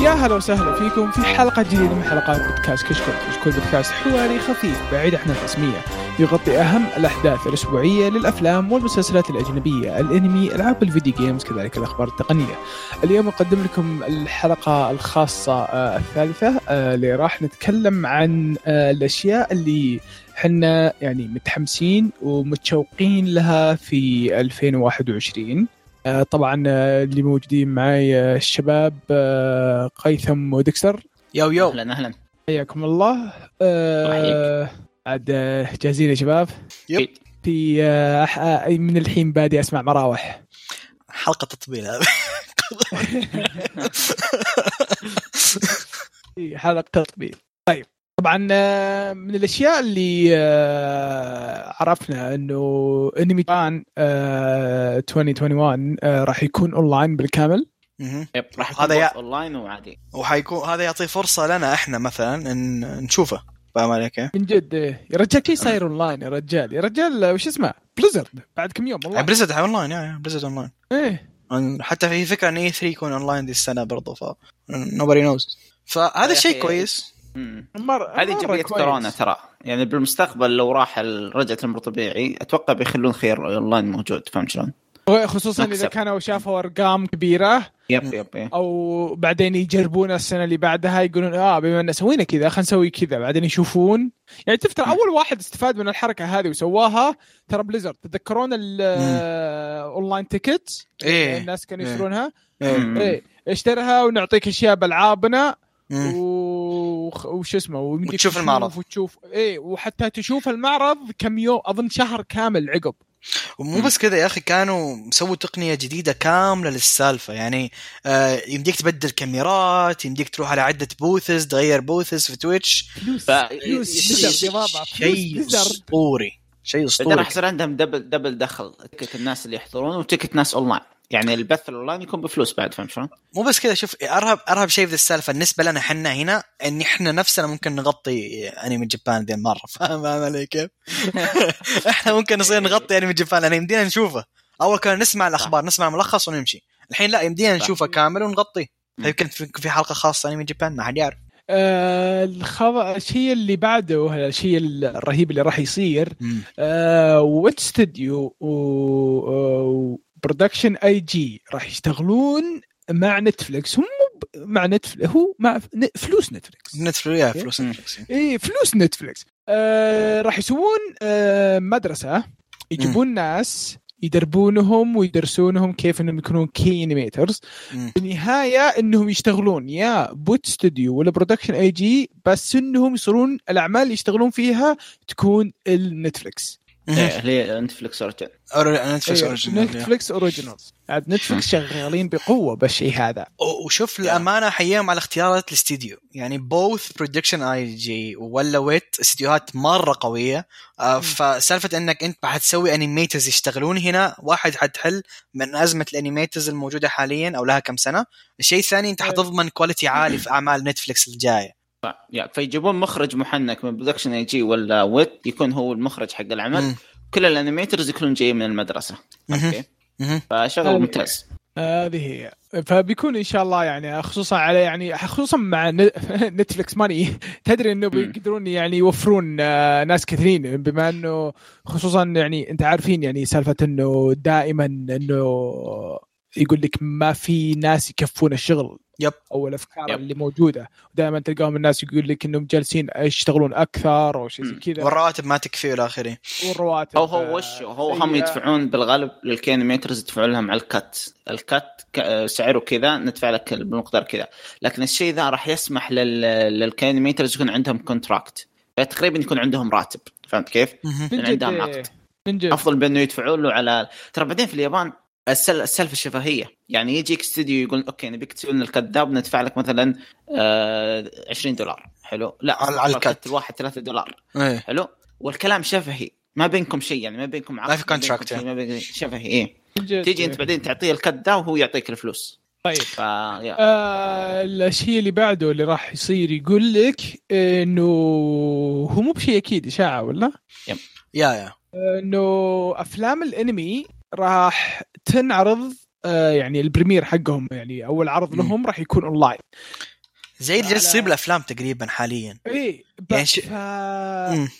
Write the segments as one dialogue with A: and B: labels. A: يا هلا وسهلا فيكم في حلقة جديدة من حلقات بودكاست كشكول، كشكول بودكاست حواري خفيف بعيد عن الرسمية، يغطي أهم الأحداث الأسبوعية للأفلام والمسلسلات الأجنبية، الأنمي، ألعاب الفيديو جيمز، كذلك الأخبار التقنية. اليوم أقدم لكم الحلقة الخاصة آه، الثالثة آه، اللي راح نتكلم عن آه، الأشياء اللي حنا يعني متحمسين ومتشوقين لها في 2021. آه، طبعا آه، اللي موجودين معي آه، الشباب آه، قيثم ودكسر
B: يو يو
C: اهلا اهلا
A: حياكم الله آه، عاد آه، جاهزين يا شباب
B: يب.
C: أكيد.
A: في آه، أح- آه، من الحين بادي اسمع مراوح
B: حلقه تطبيل هذا
A: في حلقه تطبيق طيب طبعا آه، من الاشياء اللي آه، عرفنا انه انمي جابان، آه 2021 آه، راح يكون اونلاين بالكامل
B: مهم.
C: يب راح
B: هذا
C: يكون
B: يا-
C: يا... اونلاين وعادي
B: وحيكون هذا يعطي فرصه لنا احنا مثلا ان نشوفه فاهم علي كيف؟
A: من جد إيه. يا رجال شي صاير اونلاين يا رجال يا رجال آه، وش اسمه بليزرد بعد كم يوم والله
B: بليزرد اونلاين يا بليزرد اونلاين
A: ايه
B: حتى في فكره ان اي 3 يكون اونلاين دي السنه برضو ف nobody knows فهذا
C: يا أخي.
B: شيء كويس
C: مم.
A: مرة
C: هذه
A: مرة
C: جمعيه
A: كويس.
C: كورونا ترى يعني بالمستقبل لو راح ال- رجعت الامر طبيعي اتوقع بيخلون خيار اونلاين موجود فهمت شلون؟
A: خصوصا اذا
C: مكسب.
A: كانوا شافوا ارقام كبيره
C: يب يب يب
A: او بعدين يجربون السنه اللي بعدها يقولون اه بما ان سوينا كذا خلينا نسوي كذا بعدين يشوفون يعني تفترض اول واحد استفاد من الحركه هذه وسواها ترى بليزرد تتذكرون الاونلاين تيكت
B: ايه
A: يعني الناس كانوا
B: إيه.
A: يشترونها
B: إيه.
C: مم.
A: ايه اشترها ونعطيك اشياء بالعابنا
B: مم.
A: وخ- وش اسمه ويمديك
B: وتشوف
A: تشوف
B: المعرض.
A: وتشوف ايه وحتى تشوف المعرض كم يوم اظن شهر كامل عقب
B: ومو بس كذا يا اخي كانوا مسووا تقنيه جديده كامله للسالفه يعني آه يمديك تبدل كاميرات يمديك تروح على عده بوثز تغير بوثز في تويتش
A: فلوس
C: ف-
A: فلوس
C: شيء-
A: بليزرد يا بابا فلوس
B: شيء
A: بليزرد
B: اسطوري شيء
C: بعدين
B: اسطوري
C: راح يصير عندهم دبل دبل دخل تكت الناس اللي يحضرون وتكت ناس اونلاين يعني البث الاونلاين يكون بفلوس بعد فهمت شلون؟
B: مو بس كذا شوف ارهب ارهب شيء في ذي السالفه بالنسبه لنا حنا هنا ان احنا نفسنا ممكن نغطي انمي جبان ذي المره فاهم فاهم علي كيف؟ احنا ممكن نصير نغطي انمي جبان لان يمدينا نشوفه اول كنا نسمع الاخبار نسمع ملخص ونمشي الحين لا يمدينا
C: صح.
B: نشوفه كامل ونغطيه
C: مم.
B: فيمكن في في حلقه خاصه انمي جبان ما حد يعرف
A: آه، الخبر الشيء اللي بعده الشيء الرهيب اللي راح يصير آه، وات ستوديو وبرودكشن اي جي راح يشتغلون مع نتفلكس هم مو ب- مع نتفلكس هو مع ف- ن- فلوس نتفلكس
B: نتفلكس يا فلوس نتفلكس
A: اي فلوس نتفلكس آه، راح يسوون آه، مدرسه يجيبون ناس يدربونهم ويدرسونهم كيف انهم يكونون كي انيميترز
B: مم.
A: بالنهايه انهم يشتغلون يا بوت ستوديو ولا برودكشن اي جي بس انهم يصيرون الاعمال اللي يشتغلون فيها تكون النتفلكس
C: إيه، أيوه، اللي نتفلكس رجع
B: أوري- نتفلكس
A: أيوة،
B: اوريجينال
A: نتفلكس اوريجينالز عاد نتفلكس شغالين بقوه بالشيء هذا
B: و- وشوف الامانه حياهم على اختيارات الاستديو يعني بوث برودكشن اي جي ولا ويت استديوهات مره قويه آه، فسالفه انك انت حتسوي انيميترز يشتغلون هنا واحد حتحل من ازمه الانيميترز الموجوده حاليا او لها كم سنه الشيء الثاني انت
A: أيوة.
B: حتضمن كواليتي عالي في اعمال نتفلكس الجايه
C: يعني فيجيبون مخرج محنك من برودكشن اي جي ولا ويت يكون هو المخرج حق العمل
B: مم.
C: كل الانيميترز يكونون جايين من المدرسه
B: مهم. طيب.
C: اوكي
B: مهم.
A: أوكي.
C: فشغل ممتاز
A: هذه هي فبيكون ان شاء الله يعني خصوصا على يعني خصوصا مع ن- نتفلكس ماني تدري انه بيقدرون يعني يوفرون آه، ناس كثيرين بما انه خصوصا يعني انت عارفين يعني سالفه انه دائما انه يقول لك ما في ناس يكفون الشغل
B: يب.
A: او الافكار
C: يب.
A: اللي موجوده دائما تلقاهم الناس يقول لك انهم جالسين يشتغلون اكثر او شيء زي
C: مم.
A: كذا
B: والرواتب ما تكفي الى اخره
A: والرواتب آه،
C: هو هو وش هو هم
A: سيئة.
C: يدفعون بالغالب للكينيميترز يدفعون لهم على الكت الكت ك- آه، سعره كذا ندفع لك بمقدار كذا لكن الشيء ذا راح يسمح لل... للكينيميترز يكون عندهم كونتراكت فتقريبا يكون عندهم راتب فهمت كيف؟
B: مهم.
A: من جد
C: من عندهم
A: إيه.
C: عقد.
A: من جد
C: افضل بانه يدفعوا له على ترى بعدين في اليابان السل- السالفه شفهيه يعني يجيك استوديو يقول اوكي نبيك تسوي لنا الكذاب ندفع لك مثلا آه 20 دولار حلو لا
B: على- على
C: الكت
B: الكت.
C: الواحد 3 دولار
B: إيه.
C: حلو والكلام شفهي ما بينكم شيء يعني ما بينكم عقد
B: ما في
C: بينكم
B: contract
C: شيء،
B: يعني.
C: ما بين شفهي ايه
A: من جد
C: تيجي
A: إيه.
C: انت بعدين تعطيه الكد ده وهو يعطيك الفلوس
A: طيب
C: ف يا.
A: آه، الشيء اللي بعده اللي راح يصير يقول لك انه هو مو بشيء اكيد اشاعه ولا؟
B: يا يا
A: انه افلام الانمي راح تنعرض آه، يعني البريمير حقهم يعني اول عرض
B: مم.
A: لهم راح يكون اونلاين
B: زي اللي جالس يصير بالافلام تقريبا حاليا
A: اي
B: يعني
A: يعني,
B: ش-
A: ف...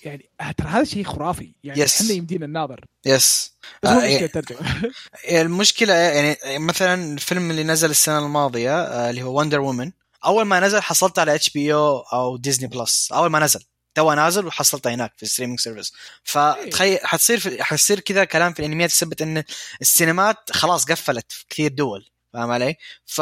A: يعني ترى هذا شيء خرافي يعني
B: يس.
A: احنا يمدينا الناظر
B: يس
A: بس هو
B: آه،
A: مشكله
B: إيه.
A: الترجمه
B: المشكله يعني مثلا الفيلم اللي نزل السنه الماضيه آه، اللي هو وندر وومن اول ما نزل حصلت على اتش بي او او ديزني بلس اول ما نزل تو نازل وحصلته هناك في الستريمينج سيرفيس فتخيل حتصير في حتصير كذا كلام في الانميات تثبت ان السينمات خلاص قفلت في كثير دول فاهم علي؟ ف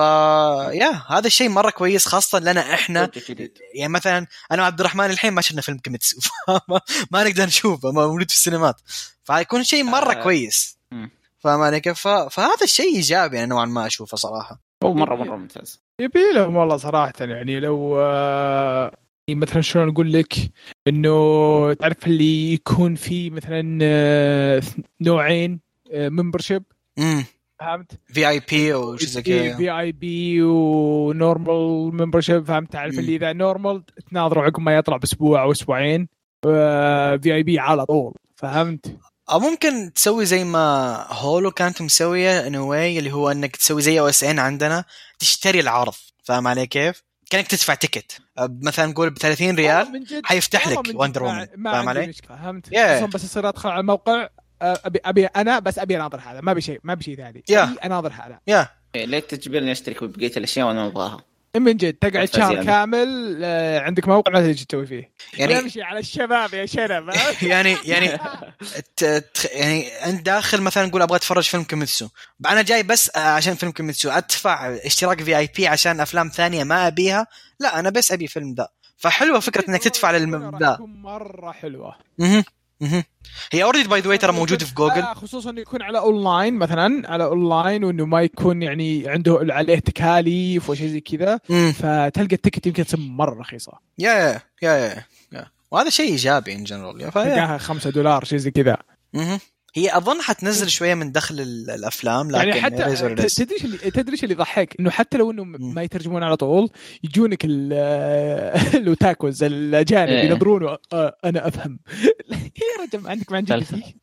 B: يا هذا الشيء مره كويس خاصه لنا احنا
C: جديد
B: يعني مثلا انا وعبد الرحمن الحين ما شفنا فيلم كيميتسو فما ما نقدر نشوفه ما موجود في السينمات فحيكون شيء مره
C: آه.
B: كويس
C: مم.
B: فاهم علي كيف؟ ف- فهذا الشيء ايجابي انا نوعا ما اشوفه صراحه
C: هو مره مره ممتاز
A: يبي لهم والله صراحه يعني لو آه، مثلا شلون اقول لك انه تعرف اللي يكون في مثلا آه، نوعين ممبرشيب
B: امم
A: فهمت؟
B: في اي
A: إيه،
B: بي او شيء زي كذا
A: في اي بي ونورمال ممبرشيب فهمت تعرف
B: مم.
A: اللي اذا نورمال تناظروا عقب ما يطلع باسبوع او اسبوعين في اي بي على طول فهمت؟
B: او ممكن تسوي زي ما هولو كانت مسويه ان واي اللي هو انك تسوي زي او اس ان عندنا تشتري العرض فاهم علي كيف؟ كانك تدفع تيكت أب- مثلا نقول ب 30 ريال
A: والله من جد-
B: حيفتح
A: والله
B: لك
A: من جد
B: Wonder
A: ما-
B: Woman.
A: ما
B: فاهم
A: عندي
B: علي؟
A: مشكلة، فهمت؟
B: Yeah.
A: خصوصا بس يصير ادخل على الموقع آه، ابي ابي انا بس ابي اناظر هذا ما ابي شيء ما ابي شيء ثاني
B: Yeah.
A: أبي اناظر هذا
B: يا
C: إيه، ليه تجبرني اشترك ببقيه الاشياء وانا ما ابغاها؟
A: من جد تقعد
C: أدفع
A: شهر
C: زيادة.
A: كامل آه، عندك موقع ما تدري إيش تسوي فيه
B: يعني
A: يمشي على الشباب يا شنب
B: يعني يعني ت- ت- يعني انت داخل مثلا نقول ابغى اتفرج فيلم كيميتسو انا جاي بس عشان فيلم كيميتسو ادفع اشتراك في اي بي عشان افلام ثانيه ما ابيها لا انا بس ابي فيلم ذا
A: طيب،
B: فحلوه فكره انك تدفع للم
A: راح
B: ذا
A: تكون مره حلوه
B: مهم. مهم. هي اوريدي باي ذا ترى موجوده في جوجل
A: آه، خصوصا انه يكون على اونلاين مثلا على اونلاين وانه ما يكون يعني عنده عليه تكاليف وشيء زي كذا
B: مم.
A: فتلقى التكت يمكن تصير مره رخيصه
B: يا يا يا يا- يا وهذا شيء ايجابي ان جنرال
A: تلقاها 5 دولار شيء زي كذا
B: هي اظن حتنزل شويه من دخل ال- الافلام لكن
A: يعني حتى
B: it is what it
A: ت-
B: is.
A: تدري إيش اللي تدري إيش اللي يضحك انه حتى لو انه
B: مم.
A: ما يترجمون على طول يجونك ال- الاوتاكوز الاجانب
C: إيه.
A: ينظرون آه، انا افهم يا رجل ما عندك ما عندك
C: سالفة.
A: شيء.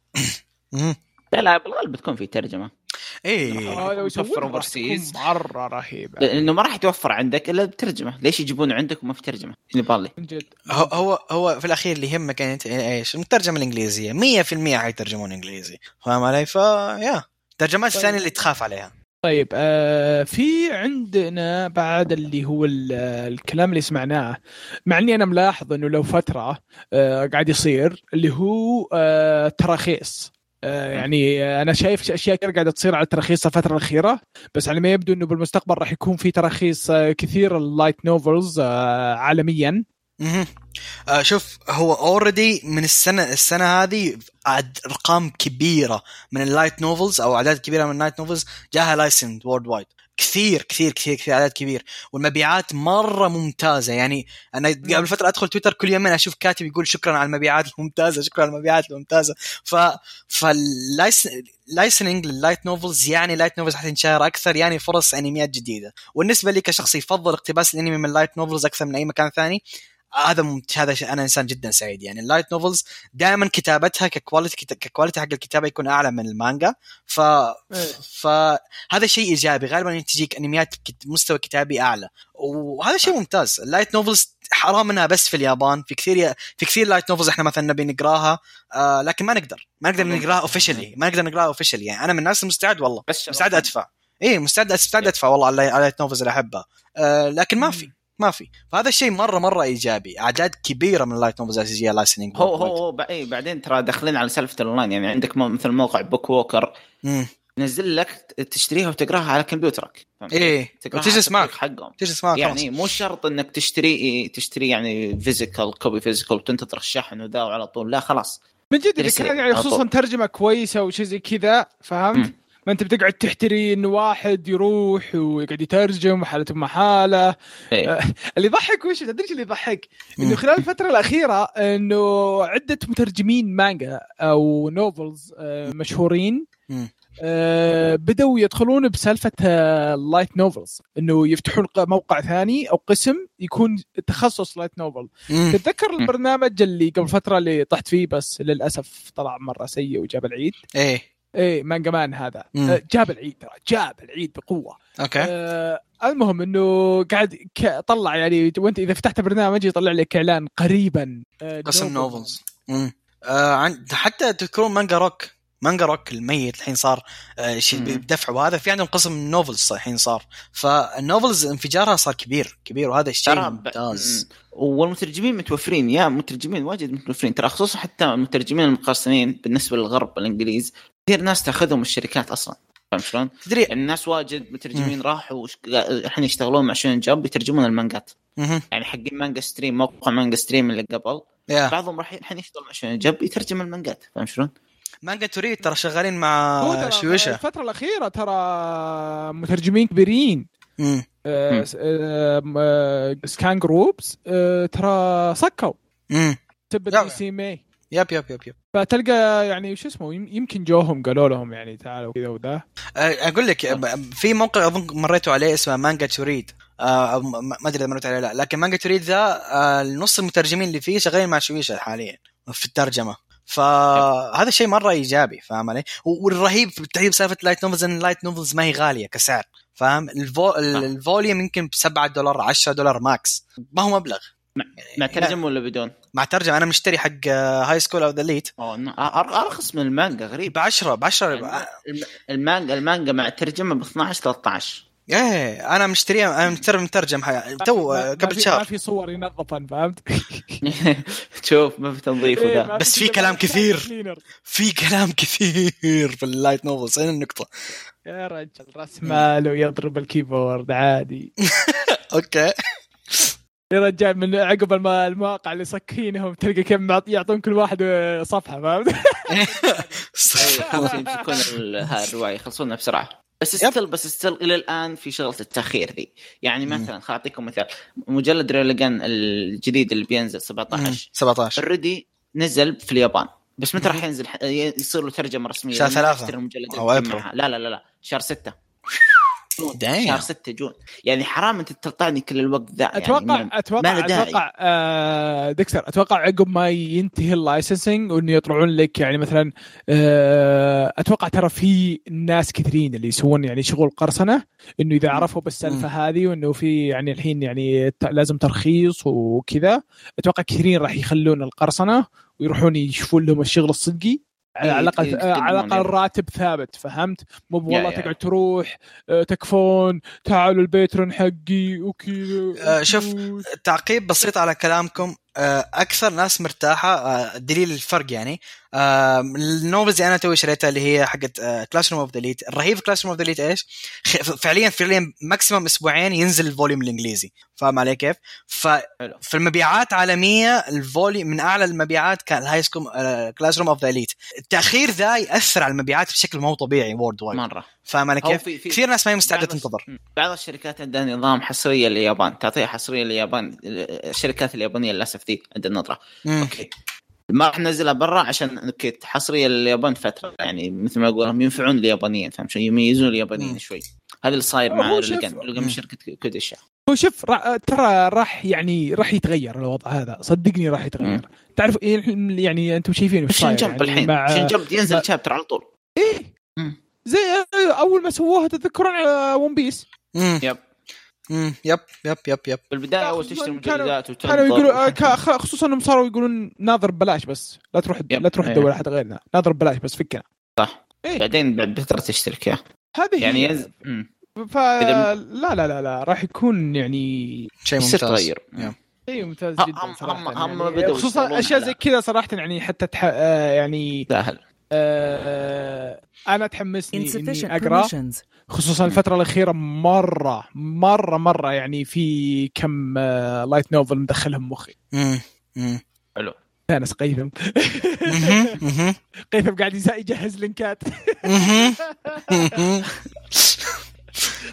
B: مهم.
C: لا لا بالغالب بتكون في ترجمه
B: ايه
A: آه، لو يسوونها
C: توفر
A: راح تكون
C: overseas.
A: مره رهيبه
C: لانه ما راح يتوفر عندك الا بترجمه ليش يجيبونه عندك وما في ترجمه اللي بالي
A: من جد
B: هو هو هو في الاخير اللي يهمك يعني انت ايش المترجم الانجليزيه 100% حيترجمون انجليزي فاهم علي ف يا الترجمات
A: طيب.
B: الثانيه اللي تخاف عليها
A: طيب آه في عندنا بعد اللي هو ال- الكلام اللي سمعناه مع اني انا ملاحظ انه لو فتره آه قاعد يصير اللي هو آه تراخيص آه يعني آه، انا شايف ش- اشياء كثير قاعده تصير على التراخيص الفتره الاخيره بس على ما يبدو انه بالمستقبل راح يكون في تراخيص آه كثير اللايت نوفلز آه عالميا
B: مهم. آه شوف هو اوريدي من السنه السنه هذه عد ارقام كبيره من اللايت نوفلز او اعداد كبيره من اللايت نوفلز جاها لايسند وورد وايد كثير كثير كثير كثير اعداد كبير والمبيعات مره ممتازه يعني انا قبل فتره ادخل تويتر كل يومين اشوف كاتب يقول شكرا على المبيعات الممتازه شكرا على المبيعات الممتازه ف فاللايسننج لللايت نوفلز يعني لايت نوفلز حتنشهر اكثر يعني فرص انميات جديده والنسبه لي كشخص يفضل اقتباس الانمي من اللايت نوفلز اكثر من اي مكان ثاني هذا ممت... هذا شيء انا انسان جدا سعيد يعني اللايت نوفلز دائما كتابتها ككواليتي ككواليتي حق الكتابه يكون اعلى من المانجا ف فهذا شيء ايجابي غالبا تجيك انميات بكت- مستوى كتابي اعلى وهذا شيء ممتاز اللايت نوفلز حرام انها بس في اليابان في كثير في كثير لايت نوفلز احنا مثلا نبي نقراها آه لكن ما نقدر ما نقدر نقراها اوفشلي ما نقدر نقراها اوفشلي يعني انا من الناس المستعد والله
C: بس
B: مستعد ادفع اي مستعد مستعد ادفع والله على على نوفلز اللي احبها آه لكن ما في ما في فهذا الشيء مره مره ايجابي اعداد كبيره من اللايت نوفلز الاساسيه لايسننج
C: هو هو هو بع- إيه، بعدين ترى داخلين على سالفه الاونلاين يعني عندك مو- مثل موقع بوك ووكر نزل لك تشتريها وتقراها على كمبيوترك فهمت؟
B: ايه
C: تقراها على
B: وتجلس معك
C: التطبيق حقهم
B: تجلس معك
C: يعني مو شرط انك تشتري تشتري يعني فيزيكال كوبي فيزيكال وتنتظر الشحن وذا على طول لا خلاص
A: من جد اذا
C: يصير
A: كان يعني
C: على
A: خصوصا
C: طول.
A: ترجمه كويسه وشيء زي كذا فهمت؟
C: مم.
A: ما انت بتقعد تحتري انه واحد يروح ويقعد يترجم وحالته ما حاله
C: إيه.
A: اللي يضحك وش تدري إيش اللي يضحك؟
B: مم.
A: انه خلال الفتره الاخيره انه عده مترجمين مانجا او نوفلز آه، مشهورين
B: مم.
A: آه، بدأوا يدخلون بسالفة آه، اللايت نوفلز انه يفتحون ق- موقع ثاني او قسم يكون تخصص لايت نوفل
B: مم.
A: تتذكر البرنامج اللي قبل فترة اللي طحت فيه بس للأسف طلع مرة سيء وجاب العيد
B: ايه
A: اي مانجا مان هذا
B: مم.
A: آه، جاب العيد ترى جاب العيد بقوه
B: اوكي
A: آه، المهم انه قاعد ك- طلع يعني وانت اذا فتحت برنامج يطلع لك اعلان قريبا آه،
B: قسم
A: نوفل.
B: نوفلز امم آه عن... حتى تذكرون مانجا روك مانجا روك الميت الحين صار آه شيء
C: مم.
B: بدفع وهذا في عندهم قسم نوفلز الحين صار فالنوفلز انفجارها صار كبير كبير وهذا الشيء
C: ترى ب-
B: ممتاز
C: مم. والمترجمين متوفرين يا مترجمين واجد متوفرين ترى خصوصا حتى المترجمين المقرصنين بالنسبه للغرب الانجليز كثير ناس تاخذهم الشركات اصلا فاهم شلون؟
B: تدري
C: يعني الناس واجد مترجمين راحوا وش- الحين يشتغلون مع شون جمب يترجمون المانجات
B: مهم.
C: يعني حقين مانجا ستريم موقع مانجا ستريم اللي قبل
B: يا
C: بعضهم راح الحين يشتغل مع شون جمب يترجم المانجات فاهم شلون؟
B: مانجا توري ترى شغالين
A: هو ترى
B: مع شويشة
A: الفترة الأخيرة ترى مترجمين كبيرين
B: مم.
A: آه،
C: مم.
A: س- آه، م- آه، سكان جروبس آه، ترى سكوا
B: مم.
A: سبت
B: لا.
A: دي سي ماي
B: يب يب يب يب
A: فتلقى يعني شو اسمه يم- يمكن جوهم قالوا لهم يعني تعالوا كذا وذا
B: آه، اقول لك آه، في موقع اظن مريتوا عليه اسمه مانجا توريد آه، ما ما ادري اذا مريت عليه لا لكن مانجا توريد ذا آه، نص المترجمين اللي فيه شغالين مع شويشة حاليا في الترجمه فهذا الشيء مره ايجابي فاهم علي؟ و- والرهيب في تحديد سالفه لايت نوفلز ان اللايت نوفلز ما هي غاليه كسعر فاهم؟ الفو...
A: نعم.
B: ال- الفوليوم يمكن ب 7 دولار 10 دولار ماكس ما هو مبلغ
C: مع ترجمه ولا بدون؟
B: مع ترجمه انا مشتري حق آه، هاي سكول اوف ذا ليت
C: أوه، ن- أر- ارخص من المانجا غريب
B: ب 10 ب 10
C: الم- المانجا المانجا مع الترجمه ب 12 13
B: ايه انا مشتريها انا مترجم مترجم حي- تو
A: يعني ما-
B: آه،
A: ما
B: قبل
A: في- ما
B: شهر
A: في صور ينظفن فهمت؟
C: شوف ما في تنظيف
A: إيه،
C: وذا
A: ما
B: بس في
A: كذا
B: كلام
A: ما في
B: كثير.
A: cleaner.
B: في كلام كثير في اللايت نوفلز هنا النقطة
A: يا رجل راس ماله يضرب الكيبورد عادي
B: اوكي
A: أيوة. يا رجال من عقب الم- المواقع اللي سكينهم تلقى كم معط- يعطون كل واحد آه، صفحه فهمت؟
C: أي، إيه، خلاص يمسكون ال- ها الروايه يخلصونها بسرعه بس
B: يب.
C: استل بس استل الى الان في شغله التاخير ذي يعني مثلا خل اعطيكم مثال مجلد ريليجان الجديد اللي بينزل 17
B: 17
C: اوريدي نزل في اليابان بس متى راح ينزل ح- يصير له ترجمه رسميه
B: شهر
C: لأنك
B: ثلاثة.
C: تشتري المجلد
B: أو
C: اللي
B: أبريل.
C: معها. لا لا لا لا شهر 6
B: Damn.
C: شهر 6 جون يعني حرام انت تقطعني كل الوقت ذا يعني
A: اتوقع
C: ما-
A: اتوقع
C: ما له داعي.
A: اتوقع آه، دكتور اتوقع عقب ما ينتهي اللايسنسنج وانه يطلعون لك يعني مثلا آه، اتوقع ترى في ناس كثيرين اللي يسوون يعني شغل قرصنه انه اذا عرفوا بالسالفه هذه وانه في يعني الحين يعني ت- لازم ترخيص وكذا اتوقع كثيرين راح يخلون القرصنه ويروحون يشوفون لهم الشغل الصدقي على
C: إيه،
A: الاقل
C: يتقدمون
A: آه، على الاقل
C: يعني.
A: راتب ثابت فهمت؟ مو والله
C: يا.
A: تقعد تروح آه، تكفون تعالوا البيترن حقي وكذا
B: آه، شوف،
A: وفلوس.
B: تعقيب بسيط على كلامكم آه، اكثر ناس مرتاحه آه، دليل الفرق يعني آه، النوفلز اللي انا توي شريتها اللي هي حقت آه، كلاش روم اوف ذا ليت الرهيب كلاش روم اوف ذا ليت ايش؟ خ- فعليا فعليا ماكسيمم اسبوعين ينزل الفوليوم الانجليزي فاهم علي كيف؟ ف
C: حلو.
B: في المبيعات عالميه الفوليوم من اعلى المبيعات كان آه، الهاي سكول كلاش روم اوف ذا ليت التاخير ذا ياثر على المبيعات بشكل مو طبيعي وورد وايد
C: مره
B: فاهم علي
C: أو
B: كيف؟
C: في- في-
B: كثير ناس ما هي مستعده
C: بعض الش-
B: تنتظر
C: مم. بعض الشركات عندها نظام حصريه لليابان تعطيها حصريه لليابان الشركات اليابانيه للاسف ذي عند النظره
B: مم.
C: اوكي ما راح ننزلها برا عشان اوكي حصريه لليابان فتره يعني مثل ما اقول هم ينفعون اليابانيين فاهم شو يميزون
B: مم.
C: اليابانيين شوي هذا اللي صاير
A: هو
C: مع
A: شوف-
C: ريليجان ريليجان
B: مم.
C: شركه كوديشا
A: هو شوف را... ترى راح يعني راح يتغير الوضع هذا صدقني راح
C: مم.
A: يتغير تعرف إيه الحين يعني انتم شايفين وش صاير
C: شين جمب
A: يعني
C: الحين
A: مع
C: شين جمب
A: مع-
C: ينزل شابتر على طول
A: ايه
C: مم.
A: زي اول إيه، ما سووها آه، تتذكرون ون بيس
B: مم.
C: يب
B: مم. يب يب يب يب
C: بالبدايه
A: لا،
C: اول
A: خصوصاً
C: تشتري
A: كانوا-
C: مجلدات وتنظر
A: كانوا يقولوا آه، كا- خ- خصوصا انهم صاروا يقولون ناظر ببلاش بس لا تروح
C: يب.
A: لا تروح
C: إيه.
A: تدور على حد غيرنا ناظر ببلاش بس فكنا
C: بعدين بعد فتره تشترك يا
A: هذه
C: يعني
A: يعني
C: ينزل مم.
A: ف... لا لا لا لا راح يكون يعني
B: شيء
C: يصير
B: ممتاز
C: تغير
B: يا.
A: شيء ممتاز
C: هم-
A: جدا
C: هم-
A: صراحه
C: هم- هم
A: يعني
C: بدوا
A: خصوصا
C: يشتغلون
A: اشياء
C: على-
A: زي كذا صراحه يعني حتى تح... آه، يعني
C: سهل
A: آه، آه، انا تحمسني
D: Insufficient
A: اني اقرا
D: permissions.
A: خصوصا الفتره الاخيره مره مره مره يعني في كم آه، لايت نوفل مدخلهم مخي
B: مم. مم.
C: حلو
A: ناس قيثم
B: مهم. مهم.
A: قيثم قاعد يز- يجهز لينكات
B: مهم. مهم.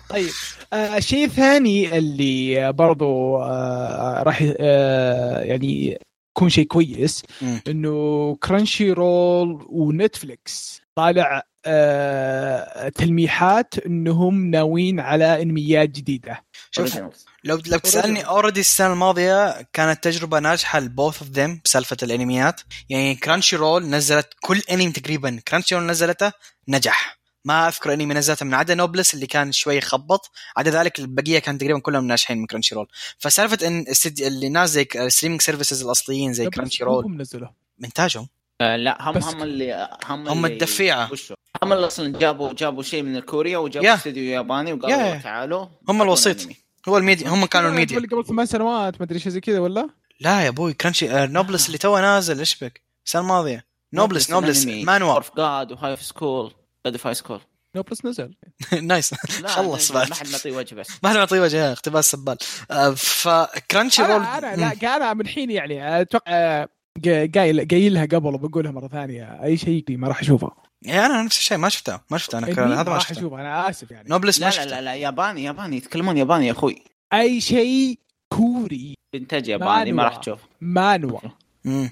A: طيب آه، الشيء الثاني اللي برضو آه، راح آه، يعني يكون شيء كويس
B: مم.
A: انه كرانشي رول ونتفلكس طالع آه، تلميحات انهم ناويين على انميات جديده
B: شوف لو لو تسالني اوريدي السنه الماضيه كانت تجربه ناجحه لبوث اوف ذيم بسالفه الانميات يعني كرانشي رول نزلت كل انمي تقريبا كرانشي رول نزلته نجح ما اذكر انمي نزلته من عدا نوبلس اللي كان شوي خبط عدا ذلك البقيه كان تقريبا كلهم ناجحين من كرانشي رول فسالفه ان السد... اللي ناس زي ستريمينج سيرفيسز الاصليين زي كرانشي رول
A: هم نزلوا
B: منتاجهم
C: آه لا هم
A: بس-
C: هم اللي هم
B: هم
C: اللي
B: الدفيعة.
C: وشو؟ هم اللي اصلا جابوا جابوا شيء من كوريا وجابوا
B: يا.
C: استوديو ياباني وقالوا
B: يا.
C: تعالوا
B: هم الوسيط.
C: أنمي.
B: هو الميديا هم كانوا
A: آه،
B: الميديا
A: تقول لي قبل ثمان سنوات ما ادري شيء زي كذا ولا
B: لا يا ابوي كرانشي آه، نوبلس اللي توه نازل ايش بك السنه الماضيه نوبلس نوبلس
C: أنمي.
B: مانوا
C: War of God وهايف سكول جاد هاي سكول
A: نوبلس نزل
B: نايس
C: لا
B: خلص
C: ما
B: بعد.
C: حد معطيه وجه بس
B: ما احنا نعطيه وجه اقتباس سبال آه، فكرانشي رول
A: انا انا لا انا من حين يعني اتوقع آه، قا- قايل قايلها قبل وبقولها مره ثانيه اي شيء ما راح اشوفه
B: يعني انا نفس الشيء ما شفتها ما شفتها انا
A: إيه،
B: كرا-
A: ما
B: هذا ما
A: راح
B: شفته
A: اشوفه انا اسف يعني
B: نوبلس
C: لا
B: ما
C: لا
B: شفته
C: لا, لا ياباني ياباني يتكلمون ياباني يا اخوي
A: اي شيء كوري
C: انتاج ياباني ما
A: مانوا.
C: راح تشوف
A: مانوا
B: مم.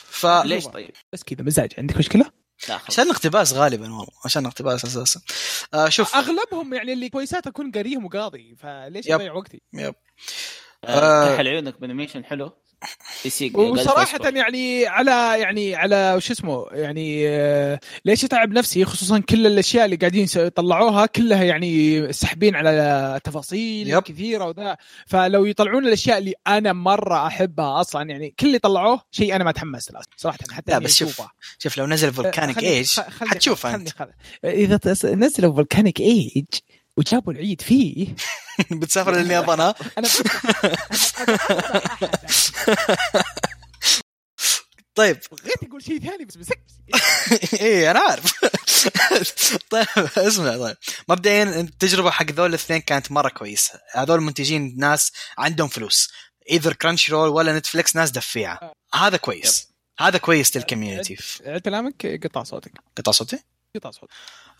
B: ف
C: ليش طيب؟
A: بس كذا مزاج عندك مشكله
C: لا خلاص
B: عشان اقتباس غالبا والله عشان اقتباس اساسا آه شوف
A: اغلبهم يعني اللي كويسات اكون قاريهم وقاضي فليش
B: يب.
A: اضيع وقتي
B: آه.
C: كحل عيونك بانيميشن حلو دي سي جاد
A: وصراحة
C: فايسكول.
A: يعني على يعني على وش اسمه يعني آه، ليش اتعب نفسي خصوصا كل الاشياء اللي قاعدين يس- يطلعوها كلها يعني سحبين على تفاصيل
B: يب.
A: كثيرة وذا فلو يطلعون الاشياء اللي انا مرة احبها اصلا يعني كل اللي طلعوه شيء انا ما تحمست له صراحة حتى
B: لا،
A: إني
B: بس شوف،
A: أشوفه.
B: شوف لو نزل فولكانيك
A: خلني-
B: ايج
A: خ- خلني-
B: حتشوفها
A: خلني
B: انت
A: خل... اذا تس- نزلوا فولكانيك ايج وجابوا العيد فيه
B: بتسافر لليابان ها
A: انا
B: طيب
A: بغيت اقول شيء ثاني بس مسكت
B: ايه انا عارف طيب اسمع طيب مبدئيا التجربه حق ذول الاثنين كانت مره كويسه هذول منتجين ناس عندهم فلوس ايذر كرانش رول ولا نتفلكس ناس دفيعه هذا كويس هذا كويس للكوميونتي
A: كلامك قطع صوتك
B: قطع صوتي
A: قطع صوتك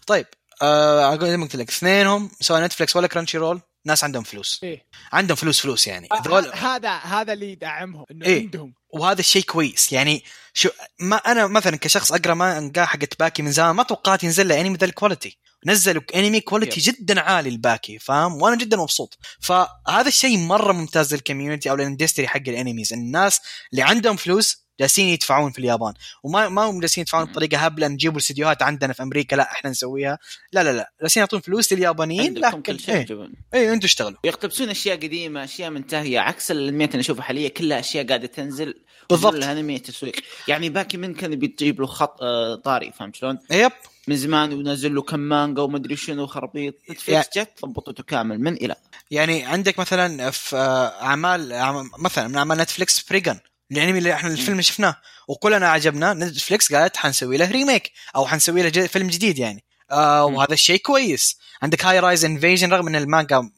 B: طيب آه أقول- زي ما قلت لك اثنينهم سواء نتفلكس ولا كرانشي رول ناس عندهم فلوس
A: ايه
B: عندهم فلوس فلوس يعني
A: آه،
B: ذول
A: هذا هذا اللي يدعمهم انه
B: إيه.
A: عندهم
B: وهذا الشيء كويس يعني شو ما انا مثلا كشخص اقرا مانجا حقت باكي من زمان ما توقعت ينزل لي انمي ذا الكواليتي نزلوا انمي كواليتي جدا عالي الباكي فاهم وانا جدا مبسوط فهذا الشيء مره ممتاز للكوميونتي او للاندستري حق الانميز الناس اللي عندهم فلوس جالسين يدفعون في اليابان وما ما هم جالسين يدفعون بطريقه هبله نجيبوا الاستديوهات عندنا في امريكا لا احنا نسويها لا لا لا جالسين يعطون فلوس لليابانيين
C: عندكم
B: لكن
C: كل شيء
B: ايه,
C: تجيبون.
B: ايه انتوا اشتغلوا
C: ويقتبسون اشياء قديمه اشياء منتهيه عكس الانميات اللي اشوفها حاليا كلها اشياء قاعده تنزل
B: بالضبط.
C: الانمي تسويق يعني باكي من كان بيجيب له خط آه، طاري فهمت شلون؟
B: يب
C: من زمان ونزل له كم مانجا ومدري شنو خرابيط نتفلكس جت ضبطته كامل من الى
B: يعني عندك مثلا في آه، اعمال أعمال- مثلا من اعمال نتفلكس فريجن الانمي اللي احنا الفيلم اللي شفناه وكلنا عجبنا نتفلكس قالت حنسوي له ريميك او حنسوي له ج- فيلم جديد يعني آه
C: مم.
B: وهذا الشيء كويس عندك هاي رايز انفيجن رغم ان المانجا م-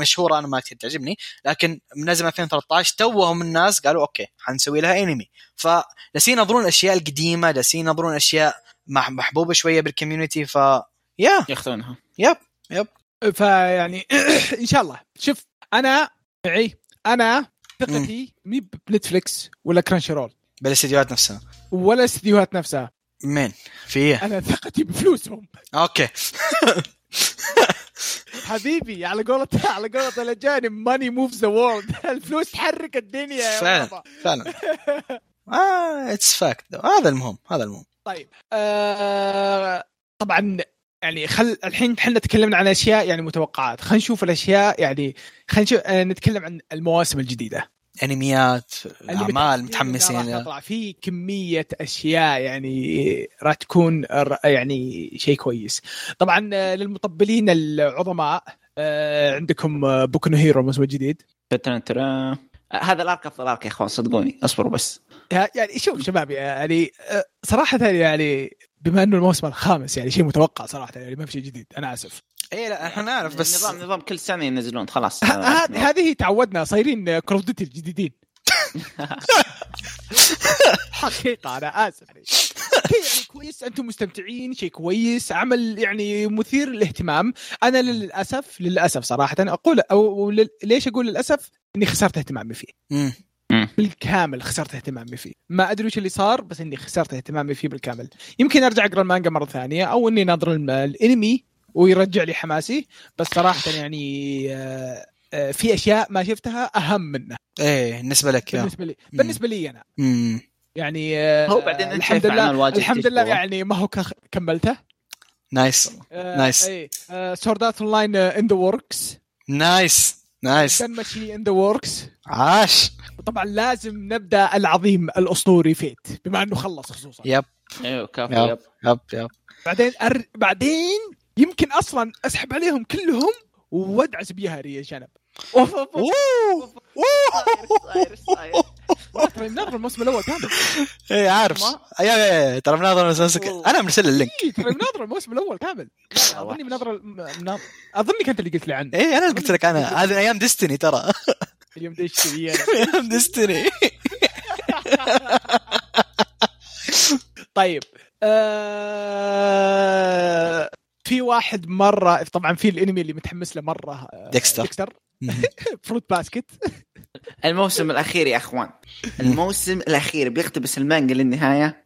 B: مشهوره انا ما كثير تعجبني لكن منزل 2013 توهم الناس قالوا اوكي حنسوي لها انمي فجالسين ينظرون الاشياء القديمه جالسين ينظرون الاشياء مح- محبوبه شويه بالكوميونتي ف يا
C: ياخذونها
A: فيعني ان شاء الله شوف انا معي انا ثقتي مي بنتفلكس ولا كرانشي رول
B: بالاستديوهات نفسها
A: ولا الاستديوهات نفسها
B: مين في إيه؟
A: انا ثقتي بفلوسهم
B: اوكي
A: حبيبي على قولة على قولة الاجانب ماني موفز ذا وورلد الفلوس تحرك الدنيا يا
B: فعلاً.
A: بابا.
B: فعلا اه اتس فاكت هذا المهم هذا المهم
A: طيب آه طبعا يعني خل الحين احنا تكلمنا عن اشياء يعني متوقعات خلينا نشوف الاشياء يعني خلينا نشوف آه نتكلم عن المواسم الجديده
B: انميات
A: اللي
B: اعمال
A: متأكدين إنها
B: متحمسين
A: راح
B: لها.
A: تطلع في كميه اشياء يعني راح تكون ر- يعني شيء كويس طبعا آه، للمطبلين العظماء آه، عندكم آه، بوكو نو هيرو الموسم الجديد
C: ترى ترى آه، هذا الارك افضل ارك يا اخوان صدقوني اصبروا بس
A: ها- يعني شوف شباب يعني آه، صراحه يعني بما انه الموسم الخامس يعني شيء متوقع صراحه يعني ما في شيء جديد انا اسف
B: اي إيه، لا احنا نعرف بس
C: نظام نظام كل سنه ينزلون خلاص آه،
A: ه- ه- آه، هذه تعودنا صايرين كول اوف ديوتي الجديدين حقيقه انا اسف يعني شيء يعني كويس انتم مستمتعين شيء كويس عمل يعني مثير للاهتمام انا للاسف للاسف صراحه اقول او لل- ليش اقول للاسف اني خسرت اهتمامي فيه
B: مم.
C: مم.
A: بالكامل خسرت اهتمامي فيه ما ادري وش اللي صار بس اني خسرت اهتمامي فيه بالكامل يمكن ارجع اقرا المانجا مره ثانيه او اني ناظر الم- الانمي ويرجع لي حماسي بس صراحه يعني آه، آه، في اشياء ما شفتها اهم منه
B: ايه بالنسبه لك يا
A: بالنسبه لي بالنسبه لي انا
B: مم.
A: يعني آه،
C: هو بعدين أنت
A: الحمد
C: شايف
A: لله
C: أعمال واجد
A: الحمد لله
C: تشتغل.
A: يعني ما هو كخ- كملته آه، إيه،
B: نايس نايس.
A: سوردات اون لاين ان ذا وركس
B: نايس نايس
A: ماشي ان ذا وركس
B: عاش
A: طبعا لازم نبدا العظيم الاسطوري فيت بما انه خلص خصوصا
B: يب
C: ايوه كافي
B: يب.
C: يب
B: يب يب
A: بعدين أر... بعدين يمكن اصلا اسحب عليهم كلهم وادعس بيها ريا شنب اوف اوف اوف
B: اوه
C: صاير- صاير.
A: والله ترى نظر الموسم الاول كامل
B: ايه عارف
C: ما-
B: يا يا يا، ترى مناظر مسلسل
C: والله.
B: انا مرسل اللينك
A: إيه، ترى نظر الموسم الاول كامل اظني منظر الم- منظر- اظنك انت اللي قلت لي عنه
B: ايه انا اللي قلت لك انا هذه ايام ديستني ترى
A: اليوم ده ايش تبي يعني؟
B: ايام ديستني
A: طيب آه... في واحد مره طبعا في الانمي اللي متحمس له مره آه،
B: ديكستر.
A: ديكستر فروت باسكت
C: الموسم الاخير يا اخوان الموسم الاخير بيقتبس المانجا للنهايه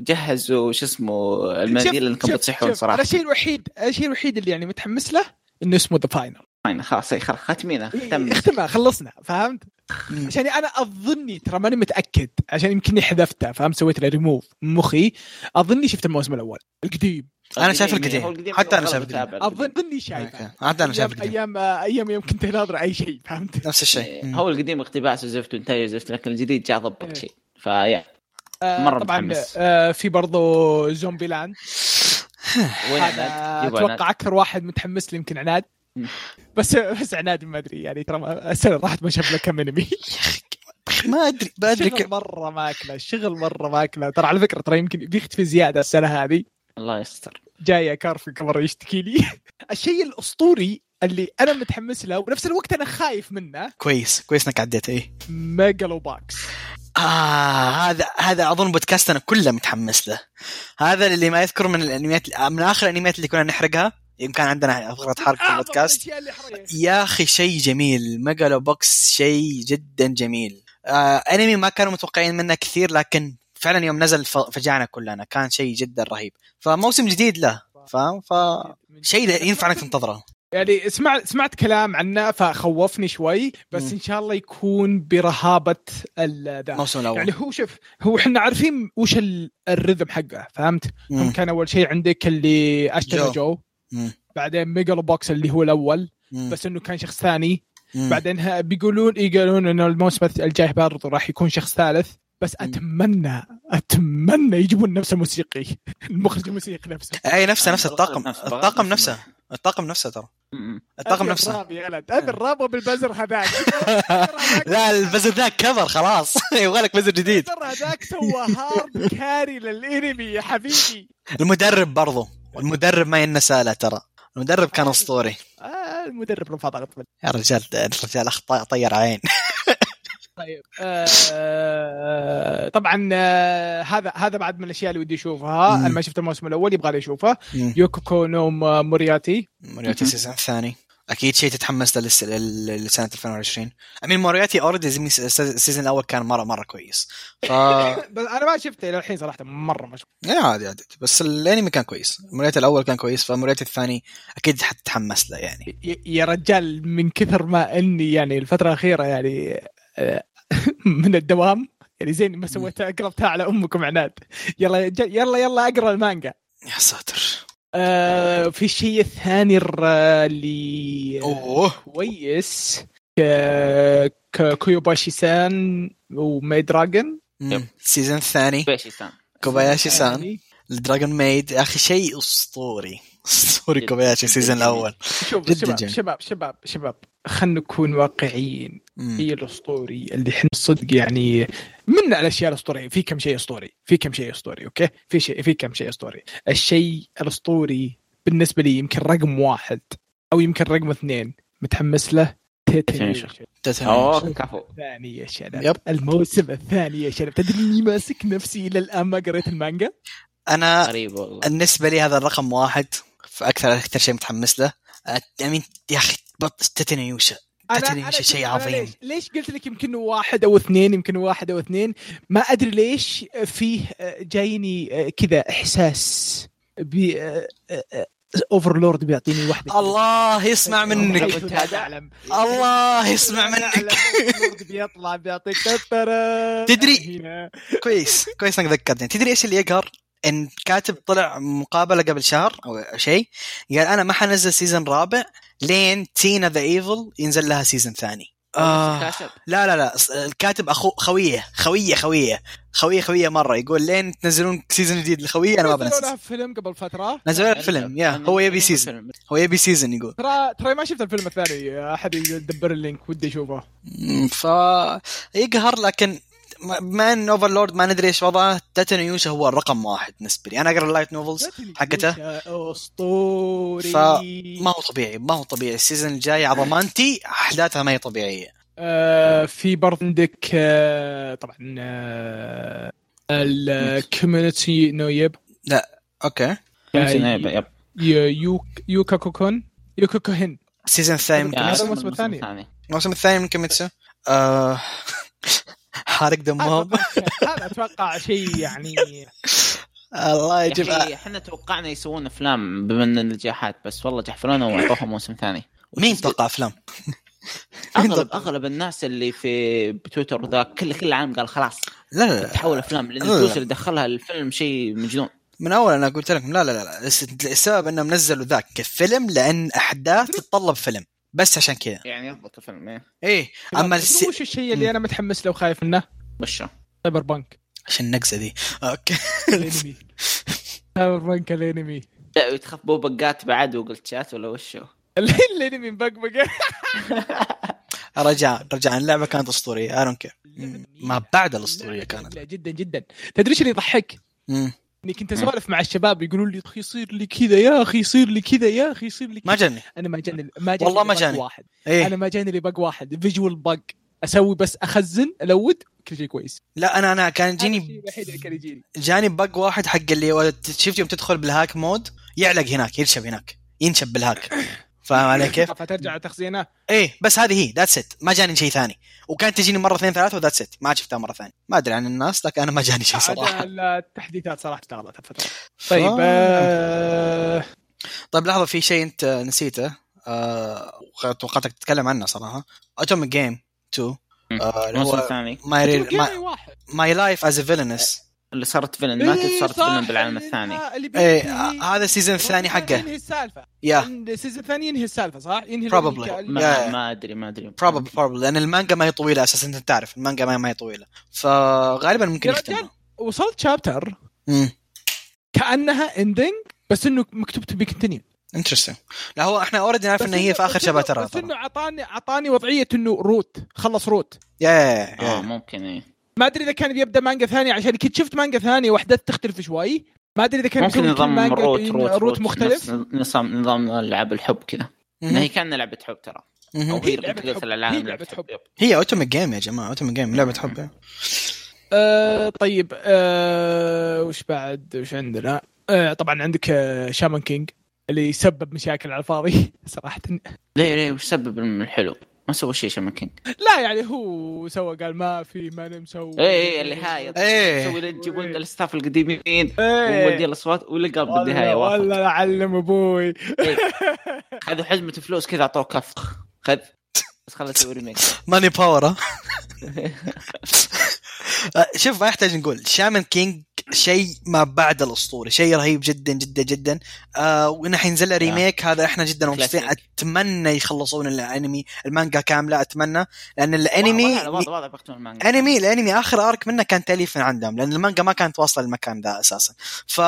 C: جهزوا شو اسمه المناديل اللي انكم
A: شوف-
C: بتصيحون
A: شوف، أنا
C: صراحه
A: الشيء الوحيد الشيء الوحيد اللي يعني متحمس له انه اسمه ذا فاينل
C: فاين، خلاص إيه، خلاص ختمينا ختم
A: اختمها خلصنا فهمت؟
B: مم.
A: عشان انا اظني ترى ماني متاكد عشان يمكنني حذفتها فهمت سويت له ريموف من مخي اظني شفت الموسم الاول القديم
B: أنا شايف
C: هو
B: القديم حتى أنا شايف
C: غلط
B: القديم.
C: أتابع
A: اظن
C: القديم.
A: اظني شايفه
B: عاد انا شايف القديم.
A: ايام ايام يوم كنت ناظر اي شيء فهمت؟
B: نفس الشيء مم.
C: هو القديم اقتباس وزفت وانتاج وزفت لكن الجديد جاء
A: إيه.
C: ضبط شيء فيا
A: آه،
C: مرة
A: طبعا
C: متحمس.
A: آه، في برضو زومبي لاند
C: وين
A: هذا
C: عناد؟ جيبوا عناد.
A: اتوقع اكثر واحد متحمس لي يمكن عناد
C: مم.
A: بس بس عناد ما ادري يعني ترى ما- السنه راحت ما شاف له كم انمي
B: ما ادري ما ادري
A: شغل
B: كيف-
A: مره ماكله شغل مره ماكله ترى على فكره ترى يمكن بيختفي زياده السنه هذه
C: الله يستر
A: جايه كارفي كبر يشتكي لي الشيء الاسطوري اللي انا متحمس له ونفس الوقت انا خايف منه
B: كويس كويس انك عديت ايه
A: ميجالو باكس
B: آه هذا هذا أظن بودكاستنا كله متحمس له هذا اللي ما يذكر من الأنميات من آخر الأنميات اللي كنا نحرقها يمكن كان عندنا فقرة حرق في
A: أعظم
B: البودكاست
A: الأشياء اللي حرقها.
B: يا أخي شيء جميل ميجالو بوكس شيء جدا جميل آه أنمي ما كانوا متوقعين منه كثير لكن فعلا يوم نزل ف- فجعنا كلنا كان شيء جدا رهيب فموسم جديد له فاهم ف شيء ينفع انك تنتظره
A: يعني سمع سمعت كلام عنه فخوفني شوي بس ان شاء الله يكون برهابه ال- ذا
B: الموسم الاول
A: يعني هو شوف هو احنا عارفين وش ال- الرhythm حقه فهمت؟ هم
B: مم.
A: كان اول شيء عندك اللي اشترى
B: جو.
A: جو, جو.
B: مم.
A: بعدين ميجالو بوكس اللي هو الاول
B: مم.
A: بس انه كان شخص ثاني
B: مم.
A: بعدين ها- بيقولون إيه، يقولون انه الموسم الجاي برضه راح يكون شخص ثالث بس اتمنى اتمنى يجيبون نفس الموسيقي المخرج الموسيقي نفسه
B: اي نفسه يعني نفس
C: بغض
B: الطاقم
C: النفس- بغض
B: الطاقم
C: النفس.
B: نفسه الطاقم نفسه ترى
C: م-م.
B: الطاقم نفسه آه.
A: ابي الراب يا ولد ابي الراب بالبزر هذاك
B: لا البزر ذاك كبر خلاص يبغى لك بزر جديد
A: البزر هذاك سوى هارد كاري للانمي يا حبيبي
B: المدرب برضو المدرب ما ينسى له ترى المدرب كان اسطوري
A: آه المدرب رفض على طول
B: يا رجال الرجال اخ طي- طير عين
A: طيب آه طبعا آه هذا هذا بعد من الاشياء اللي ودي اشوفها
B: مم.
A: انا ما شفت الموسم الاول يبغى لي اشوفه يوكوكو نوم مورياتي
B: موريوتي سيزون الثاني اكيد شيء تتحمس له للس- لل- لسنه 2020 امين موريوتي اوريدي السيزون الاول كان مره مره كويس ف يا
A: بس انا ما شفته الى الحين صراحه مره مشغول
B: عادي عادي بس الانمي كان كويس موريوتي الاول كان كويس فموريوتي الثاني اكيد حتتحمس له يعني
A: ي- يا رجال من كثر ما اني يعني الفتره الاخيره يعني آه، من الدوام يعني زين ما سويتها قربتها على امكم عناد يلا يا رجال، يلا يلا اقرا المانجا
B: يا ساتر
A: آه في الشيء الثاني الر- اللي
B: اوه
A: كويس ك- ك- كويوباشي سان وماي دراجون
B: مم. السيزون الثاني
C: كوبايشي سان
B: كوباياشي سان
A: يعني
B: الدراجون ميد يا اخي شيء اسطوري اسطوري
C: جد.
B: كوباياشي السيزون
C: جد.
B: الاول
A: شوف
B: جداً
A: شباب
B: جميل.
A: شباب شباب شباب خلينا نكون واقعيين
B: مم.
A: هي الاسطوري اللي احنا صدق يعني من الاشياء الاسطوريه في كم شيء اسطوري في كم شيء اسطوري اوكي في شيء في كم شيء اسطوري الشيء الاسطوري بالنسبه لي يمكن رقم واحد او يمكن رقم اثنين متحمس له تيتانيوشن.
B: آه،
C: اوه كفو
A: الثاني يا شباب
B: يب.
A: الموسم الثاني يا شباب تدري اني ماسك نفسي الى الان ما قريت المانجا
B: انا
C: قريب والله
B: بالنسبه لي هذا الرقم واحد فاكثر اكثر شيء متحمس له أت- امين يا اخي بط تتنيوشا أتري شيء شيء
A: أنا
B: عظيم
A: ليش, ليش قلت لك يمكن واحد او اثنين يمكن واحد او اثنين ما ادري ليش فيه آه، جايني آه، كذا احساس ب اوفرلورد آه، بيعطيني واحده
B: الله
A: أيوه.
B: يسمع منك
A: حيث لا تعلم
B: الله يسمع
A: أيوه. لا
B: منك
A: تعلم، Overlord بيطلع بيعطيك تترى.
B: تدري-
A: هنا.
B: كويس كويس انك ذكرتني تدري ايش اللي يقهر ان كاتب طلع مقابله قبل شهر او شيء قال انا ما حنزل سيزون رابع لين تينا ذا ايفل ينزل لها سيزون ثاني آه.
C: كاتب
B: لا لا لا الكاتب اخو خويه خويه خويه خويه خويه مره يقول لين تنزلون سيزون جديد لخويه انا ما
A: نزلوها
B: بنزل
A: في فيلم قبل فتره
B: نزلوا لها فيلم يا هو يبي سيزون هو يبي سيزون يقول
A: ترى ترى ما شفت الفيلم الثاني احد يدبر اللينك ودي اشوفه
B: مم، فيقهر لكن ما- بما ان اوفرلورد ما ندري ايش وضعه تاتن يوشا هو الرقم واحد بالنسبه لي انا اقرا اللايت نوفلز حقته؟
A: اسطوري
B: ما هو طبيعي ما هو طبيعي السيزون الجاي على ضمانتي احداثها ما هي طبيعيه
A: آه في برضه عندك آه طبعا آه الكوميونتي نويب
B: اوكي
C: يب
A: يوك يوكا كوكون يوكا كوهن
B: السيزون الثاني من
C: يعني
A: يا
C: نعم.
A: هذا
B: كيميتسو
A: الموسم الثاني.
B: الموسم الثاني من كيميتسو آه حارق دمهم
A: هذا اتوقع شيء يعني
B: الله يجيب
A: آه.
C: يا احنا توقعنا يسوون افلام بما ان النجاحات بس والله جحفلونا واعطوهم موسم ثاني
B: مين توقع افلام؟ مين
C: اغلب
B: توقع؟
C: اغلب الناس اللي في بتويتر ذا كل كل العالم قال خلاص
B: لا لا لا
C: تحول افلام لان
B: لا، لا.
C: الفلوس اللي دخلها الفيلم شيء مجنون
B: من اول انا قلت لكم لا لا لا لا الس- السبب انهم نزلوا ذاك كفيلم لان احداث تتطلب فيلم بس عشان كذا
C: يعني يضبط الفيلم ايه
B: ايه اما الس...
A: تدري وش الشيء اللي انا متحمس له وخايف منه
C: وشه
A: سايبر بانك
B: عشان النقزه ذي اوكي
A: الانمي سايبر بانك الانمي
C: لا تخاف بو بقات بعد وقلت شات ولا وشو
A: الانمي مبقبقه
B: رجع رجع اللعبه كانت اسطوريه اي دونت ما بعد الاسطوريه كانت
A: جدا جدا تدري ايش اللي يضحك؟
B: مم.
A: اني كنت
C: مم.
A: اسولف مع الشباب يقولون لي يا اخي يصير لي كذا يا اخي يصير لي كذا يا اخي يصير لي
B: ما
A: كذا
B: جني
A: انا ما جاني ما جاني
B: والله ما
A: بق
B: جاني.
A: واحد
B: ايه
A: انا ما جاني لي بق واحد فيجوال بق اسوي بس اخزن الود كل شيء كويس
B: لا انا انا كان
A: هذا الشيء
B: جيني
A: الوحيد اللي كان يجيني
B: جاني بق واحد حق اللي هو شفت يوم تدخل بالهاك مود يعلق هناك ينشب هناك ينشب بالهاك فاهم علي كيف؟
A: فترجع تخزينه
B: ايه بس هذه هي ذاتس ات ما جاني شيء ثاني وكانت تجيني مره اثنين ثلاثه وذاتس ات ما عاد شفتها مره ثانيه ما ادري عن الناس لكن انا ما جاني شيء صراحه
A: عاد التحديثات صراحه اشتغلت هالفتره طيب
B: آه.
A: آه،
B: طيب لحظه في شيء انت نسيته آه، وخ- توقعتك تتكلم عنه صراحه اتوميك جيم 2 آه، اللي
C: الموسم
B: هو
C: الثاني
A: جيمي
B: ماي
A: واحد
B: ماي لايف از ا فيلنس
C: اللي صارت فيلم ماتت
A: إيه،
C: صارت
A: صح، إيه.
C: فيلم بالعالم
A: اللي-
C: الثاني
A: اللي
B: ايه
A: بينتهي-
B: آه، هذا السيزون الثاني حقه
A: ينهي السالفه
B: يا
A: السيزون الثاني ينهي السالفه صح؟ ينهي
B: Probably.
A: ال-
C: ما,
B: يا-
C: ما ادري ما ادري
B: بروبلي بروبلي لان المانجا ما هي طويله اساسا انت تعرف المانجا ما ما هي طويله فغالبا ممكن
A: يا رجال.
B: يختمها
A: وصلت شابتر
B: امم
A: كانها اندنج بس انه مكتوب تبي كونتينيو
B: انترستنج لا هو احنا اوريدي نعرف
A: بس
B: ان هي
A: إنه-
B: في اخر
A: بس إنه-
B: شباترها
A: بس انه
B: ترى
A: اعطاني اعطاني وضعيه انه روت خلص روت
B: يا يا-
C: اه
B: يا
C: ممكن ايه
A: ما ادري اذا كان بيبدا مانجا ثانيه عشان كنت شفت مانجا ثانيه واحداث تختلف شوي ما ادري اذا كان
C: ممكن
A: بيسوي كل
C: نظام
A: مانجا
C: روت
A: بين-
C: روت
A: روت مختلف
C: نفس نظام نظام العاب الحب كذا إن هي
B: مهم.
C: يعني كان لعبه حب ترى او
B: مهم.
A: هي
C: هي
A: لعبة
C: رقيقة
A: حب.
C: الالعاب
A: هي لعبة حب.
C: يب.
B: هي اوتوميك جيم يا جماعه اوتوميك جيم لعبه حب
A: آه طيب آه وش بعد وش عندنا؟ آه طبعا عندك آه شامان كينج اللي سبب مشاكل على الفاضي صراحه
C: ليه ليه وش سبب الحلو؟ ما سوى شيء شمن كينج
A: لا يعني هو سوى قال ما في ما نمسوي
C: ايه ايه اللي هاي
B: ايه
C: تسوي تجيبون الاستاف القديمين
A: إيه.
C: ومودي الاصوات ولقى بالنهايه
A: والله
C: واحد
A: والله اعلم ابوي
C: خذوا حزمه فلوس كذا اعطوه كف خذ بس خلنا نسوي ريميك
B: ماني باور ها؟ آه، شوف ما يحتاج نقول شامان كينج شيء ما بعد الاسطوري شيء رهيب جدا جدا جدا آه وانه حينزل له ريميك هذا احنا جدا مبسوطين
C: كلاسيك.
B: اتمنى يخلصون الانمي المانجا كامله اتمنى لان الانمي
C: واضح واضح- واضح بختم المانجا
B: انمي الانمي اخر ارك منه كان تاليف من عندهم لان المانجا ما كانت واصله للمكان ذا اساسا ف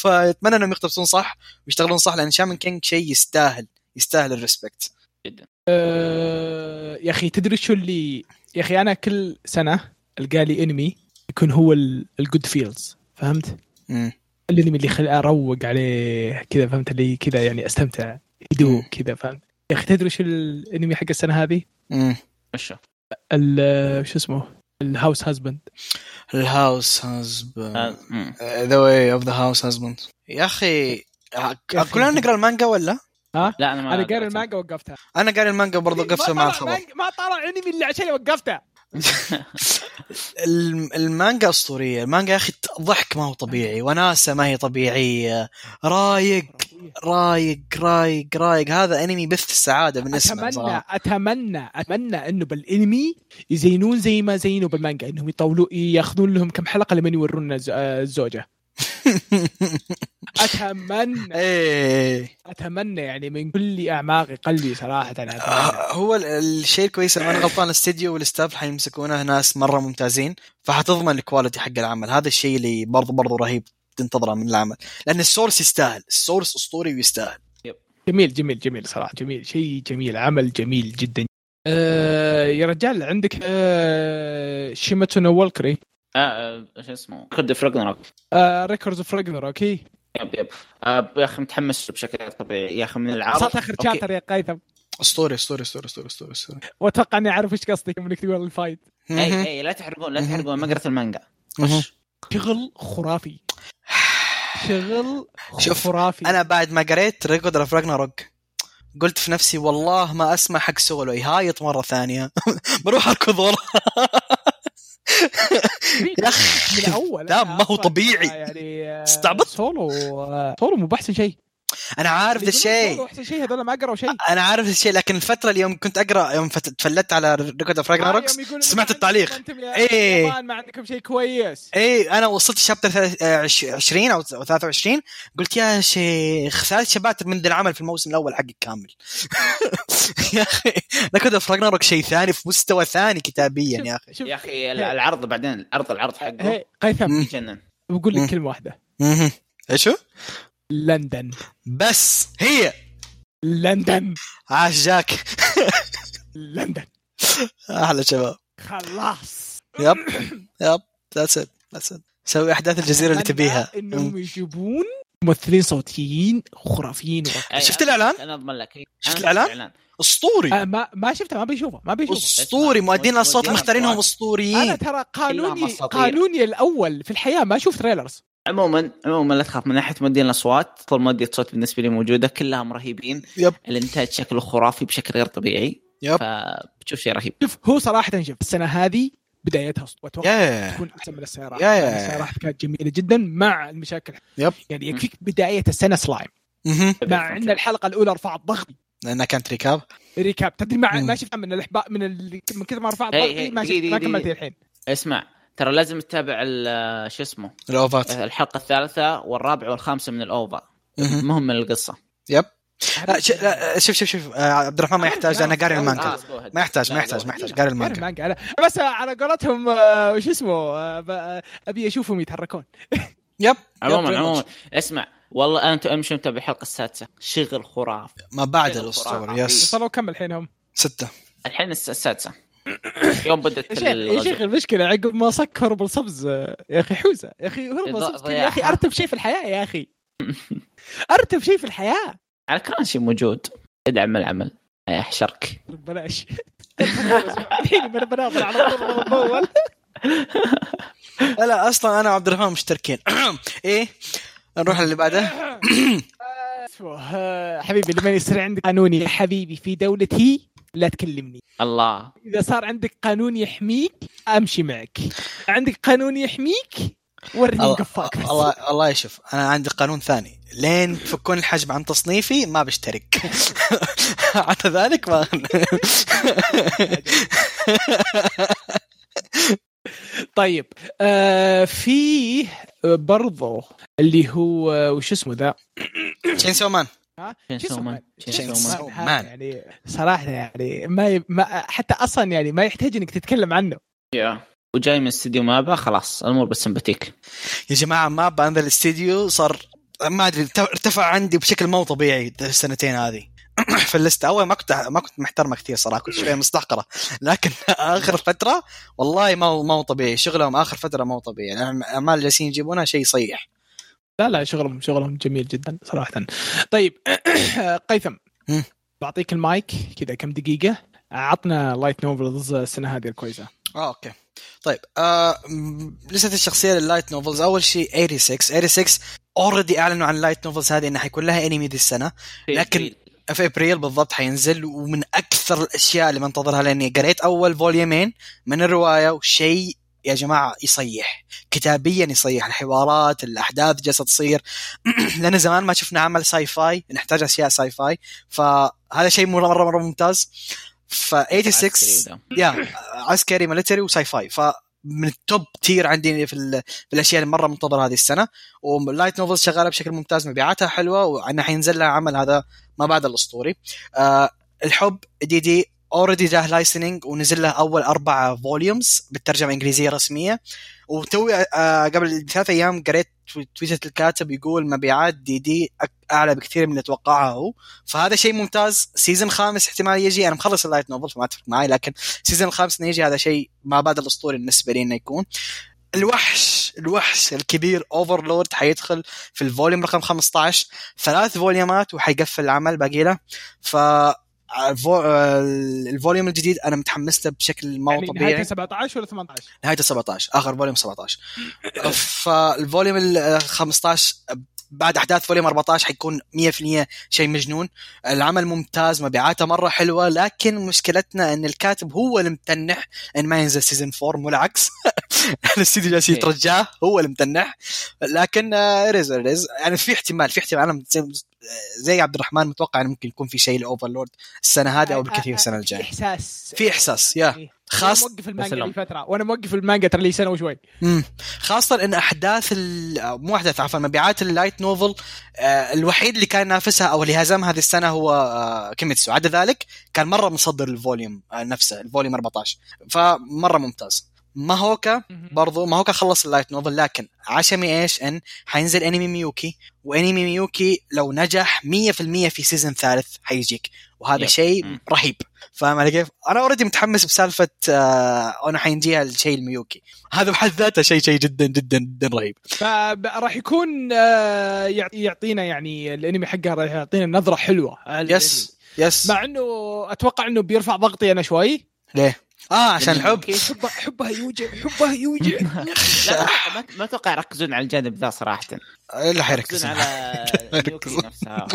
B: فاتمنى انهم يقتبسون صح ويشتغلون صح لان شامن كينج شيء يستاهل يستاهل الريسبكت
A: آه، يا اخي تدري شو اللي يا اخي انا كل سنه القى لي انمي يكون هو ال- الجود فيلز فهمت؟
B: مم.
A: الانمي اللي خل اروق عليه كذا فهمت اللي كذا يعني استمتع هدوء كذا فهمت؟ يا اخي تدري شو الانمي حق السنه هذه؟
B: مم.
C: وشو؟
A: ال- شو اسمه؟ الهاوس هازبند
B: الهاوس
C: آه،
B: هازبند
C: مم.
B: ذا واي اوف ذا هاوس هازبند يا اخي
A: يا أخي.
B: كلنا نقرا المانجا ولا؟
A: ها؟
C: لا انا ما
A: انا قاري
C: قريت.
A: المانجا وقفتها
B: انا قاري المانجا برضه
A: ما
B: قفزه مع
A: طلع
B: الخبر
A: مانجا- ما طلع انمي اللي عشان وقفتها
B: الم- المانجا اسطوريه المانجا يا اخي ضحك ما هو طبيعي وناسه ما هي طبيعيه رايق رايق رايق رايق هذا انمي بث السعاده بالنسبه لي
A: اتمنى
B: صراحة.
A: اتمنى اتمنى انه بالانمي يزينون زي ما زينوا بالمانجا انهم يطولوا ياخذون لهم كم حلقه لمن يورونا الز- آه، الزوجه اتمنى
B: ايه
A: اتمنى يعني من كل اعماق قلبي صراحه اتمنى
B: آه، هو ال- الشيء الكويس لما انا غلطان الاستديو والاستاف حيمسكونه ناس مره ممتازين فحتضمن الكواليتي حق العمل هذا الشيء اللي برضه برضه رهيب تنتظره من العمل لان السورس يستاهل السورس اسطوري ويستاهل
A: جميل جميل جميل صراحه جميل شيء جميل عمل جميل جدا آه يا رجال عندك آه شيماتونا والكري
C: آه، آه، شو اسمه كود فروغ
A: آه ريكوردز اوف راجنر اوكي
C: يب يب آه، يا اخي متحمس بشكل غير طبيعي يا اخي من العرض
A: صارت اخر
C: أوكي.
A: شابتر يا قيثم
B: اسطوري اسطوري اسطوري اسطوري اسطوري, أسطوري.
A: واتوقع اني اعرف ايش قصدك منك تقول الفايت
C: اي اي إيه، لا تحرقون لا تحرقون ما قريت المانجا
B: مهم.
A: شغل خرافي شغل
B: شوف،
A: خرافي
B: انا بعد ما قريت ريكورد اوف راجناروك قلت في نفسي والله ما اسمع حق سولو يهايط مره ثانيه بروح اركض وراه
A: آه.
B: يا أخي،
A: من الاول
B: لا،
A: أنا
B: ما هو
A: أصلاً
B: طبيعي.
A: يعني آه،
B: استعبط.
A: سولو آه، سولو مو باحسن شيء
B: انا عارف ذا آه،
A: سولو
B: الشيء
A: احسن شيء هذول ما قروا شيء
B: انا عارف ذا الشيء لكن الفتره اللي يوم كنت اقرا يوم فت- تفلت على ريكورد اوف راجناروك
A: آه، يوم يقولوا
B: سمعت
A: إنه ما عندكم-
B: التعليق.
A: أنتم يا
B: إيه.
A: يابان ما عندكم شيء كويس
B: اي انا إيه، وصلت آه، شابتر 20 او 23 قلت يا شيخ ثلاث شباتر من ذا العمل في الموسم الاول حقك كامل يا اخي ريكورد اوف راجناروك شيء ثاني في مستوى ثاني كتابيا إيه، يعني يا اخي
A: شوف
C: يا اخي ال- العرض بعدين العرض العرض حقه
A: هي قيثم
B: مم.
C: يجنن
A: بقول
B: مم.
A: لك كلمه واحده
B: مهم. ايش هو؟
A: لندن
B: بس هي
A: لندن
B: عاش جاك
A: لندن
B: احلى شباب
A: خلاص
B: يب يب ذاتس ات ذاتس ات سوي احداث الجزيره اللي
A: أتمنى
B: تبيها
A: انهم يجيبون ممثلين صوتيين خرافيين ورهيبين.
C: أي،
B: شفت الإعلان؟
C: انا اضمن لك أي،
B: شفت
C: أنا
B: الإعلان؟
A: آه،
B: اسطوري
A: ما ما شفته ما بيشوفه ما بيشوفه
B: اسطوري مؤدين الاصوات
C: مؤدين
B: مختارينهم
C: الأصوات.
A: انا
B: اسطوريين
A: ترى
C: إلا
A: قانوني
C: مساطير.
A: قانوني الاول في الحياه ما اشوف تريلرز
C: عموما عموما لا تخاف من ناحيه مؤدين الاصوات طول مؤدي الصوت بالنسبه لي موجوده كلهم رهيبين
B: يب.
C: الانتاج شكله خرافي بشكل غير طبيعي
B: يب.
C: فبتشوف شيء رهيب
A: شوف هو صراحه شوف السنه هذه بدايتها اسطورية. واتوقع
B: يا
A: تكون احسن من السيارات
B: يا- يا-
A: يعني السيارات كانت جميله جدا مع المشاكل
B: يب.
A: يعني يكفيك بدايه السنه سلايم
B: مهم.
A: مع ان الحلقه الاولى رفعت ضغطي
B: لانها كانت ركاب
A: ريكاب تدري مع
B: مم.
A: ما شفتها من الاحباء من ال... من كثر ما رفعت
C: هي-
A: ضغطي
C: هي،
A: ما شفت
C: دقيقة-
A: ما
C: دقيقة-
A: كملت الحين
C: اسمع ترى لازم تتابع ال- شو اسمه
B: الاوفات
C: الحلقه الثالثه والرابعه والخامسه من الاوفا
B: مهم.
C: مهم من القصه
B: لا، ش- لا، شوف شوف شوف آه، عبد الرحمن ما يحتاج انا قاري المانجا
C: آه، go ahead.
B: ما يحتاج ما
C: لا،
B: يحتاج
C: go
B: ما
C: ahead.
B: يحتاج قاري
A: المانجا
B: المانجا
A: المانجا لا بس على قولتهم آه، وش اسمه آه، ب- آه، ابي اشوفهم يتحركون
B: يب
C: عموما
B: يب،
C: عموما اسمع والله انا امشي متابع الحلقه السادسه شغل خرافي
B: ما بعد
C: شغل
B: الاسطوري
C: خرافي.
B: يس
A: وصلوا كم الحين هم
B: سته
C: الحين الس- السادسه يوم بدت
A: يا شيخ يا شيخ
C: الغزو.
A: المشكله عقب ما صك هربل صبز آه، يا اخي حوزه يا اخي هربل
C: ض-
A: صبز كذا، يا اخي
C: ضياعها.
A: ارتب شيء في الحياه يا اخي ارتب شيء في الحياه
C: على كرانشي موجود ادعم العمل يا حشرك
A: بلاش الحين من بناظر على طول اول
B: لا لا اصلا انا وعبد الرحمن مشتركين ايه نروح اللي بعده
A: حبيبي لما يصير عندك قانون يا حبيبي في دولتي لا تكلمني
C: الله
A: اذا صار عندك قانون يحميك امشي معك عندك قانون يحميك ورني
B: الله-
A: قفاك بس
B: الله الله يشوف انا عندي قانون ثاني لين تفكون الحجم عن تصنيفي ما بشترك عدا ذلك ما
A: طيب آه فيه برضو اللي هو آه، وش اسمه ذا
B: تشين سومان
A: شو
C: شينسو مان
B: شينسو
C: شينسو مان
B: مان.
A: هذا يعني صراحه يعني ما, ي... ما حتى اصلا يعني ما يحتاج انك تتكلم عنه
C: يا. وجاي من استديو مابا خلاص الامور بالسمباتيك
B: يا جماعه ما بانزل الاستديو صار ما ادري ارت- ارتفع عندي بشكل مو طبيعي السنتين هذه في الليست اول ما كنت ما كنت محترمه كثير صراحه كنت شويه مستحقره لكن اخر فتره والله ما هو ما هو طبيعي شغلهم اخر فتره ما هو طبيعي الاعمال اللي جالسين يجيبونها شيء صيح
A: لا لا شغلهم شغلهم جميل جدا صراحه طيب قيثم
B: مم.
A: بعطيك المايك كذا كم دقيقه عطنا لايت نوفلز السنه هذه الكويسه
B: اه اوكي طيب آه م- لسه الشخصيه لللايت نوفلز اول شيء 86 86 اوريدي اعلنوا عن اللايت نوفلز هذه انها حيكون لها انمي ذي السنه لكن-
C: في-
B: في ابريل بالضبط حينزل ومن اكثر الاشياء اللي منتظرها لاني قريت اول فوليومين من الروايه وشيء يا جماعه يصيح كتابيا يصيح الحوارات الاحداث جالسه تصير لان زمان ما شفنا عمل ساي فاي نحتاج اشياء ساي فاي فهذا شيء مره مره, مرة ممتاز ف 86 يا آه، عسكري ميلتري وساي فاي ف من التوب تير عندي في, ال... في الاشياء اللي مره منتظره هذه السنه ولايت نوفلز شغاله بشكل ممتاز مبيعاتها حلوه وعنا حينزل لها عمل هذا ما بعد الاسطوري آه الحب دي دي اوريدي جاه لايسننج ونزل له اول اربع فوليومز بالترجمه الانجليزيه رسميه وتوي آه قبل ثلاث ايام قريت تويتة الكاتب يقول مبيعات دي دي اعلى بكثير من اللي اتوقعها هو فهذا شيء ممتاز سيزون خامس احتمال يجي انا مخلص اللايت نوفل فما تفرق معي لكن سيزون الخامس انه يجي هذا شيء ما بعد الاسطوري بالنسبه لي انه يكون الوحش الوحش الكبير اوفرلورد حيدخل في الفوليوم رقم 15 ثلاث فوليومات وحيقفل العمل باقي له ف آه، الفوليوم الجديد انا متحمس له بشكل ما يعني طبيعي
A: نهايه 17 ولا 18
B: نهايه 17 اخر فوليوم 17 فالفوليوم ال 15 بعد احداث فوليوم 14 حيكون 100% شيء مجنون العمل ممتاز مبيعاته مره حلوه لكن مشكلتنا ان الكاتب هو المتنح ان ما ينزل سيزون 4 مو العكس الاستديو جالس يترجاه هو المتنح لكن ريز ريز يعني في احتمال في احتمال انا زي عبد الرحمن متوقع انه ممكن يكون في شيء لاوفرلورد السنه هذه او بالكثير السنه الجايه
A: إيه. احساس
B: في احساس يا خاص
A: أنا موقف المانجا لفتره وانا موقف المانجا ترى لي سنه وشوي
B: امم خاصه ان احداث ال... مو احداث عفوا مبيعات اللايت نوفل آه الوحيد اللي كان ينافسها او اللي هزمها هذه السنه هو آه كيميتسو عدا ذلك كان مره مصدر الفوليوم آه نفسه الفوليوم 14 فمره ممتاز ماهوكا برضو ماهوكا خلص اللايت نوفل لكن عشمي ايش ان حينزل انمي ميوكي وانمي ميوكي لو نجح 100% في سيزون ثالث حيجيك وهذا شيء رهيب فاهم علي كيف؟ انا اوريدي متحمس بسالفه آه انا حينجيها الشيء الميوكي هذا بحد ذاته شيء شيء جدا جدا جدا رهيب
A: فراح يكون آه يعطينا يعني الانمي حقه راح يعطينا نظره حلوه
B: يس يس
A: مع انه اتوقع انه بيرفع ضغطي انا شوي
B: ليه؟ اه عشان الحب
A: حبها حبها يوجع حبها يوجع
C: لا ما ما اتوقع يركزون على الجانب ذا صراحه
B: لا حيركزون
C: على ميوكي نفسها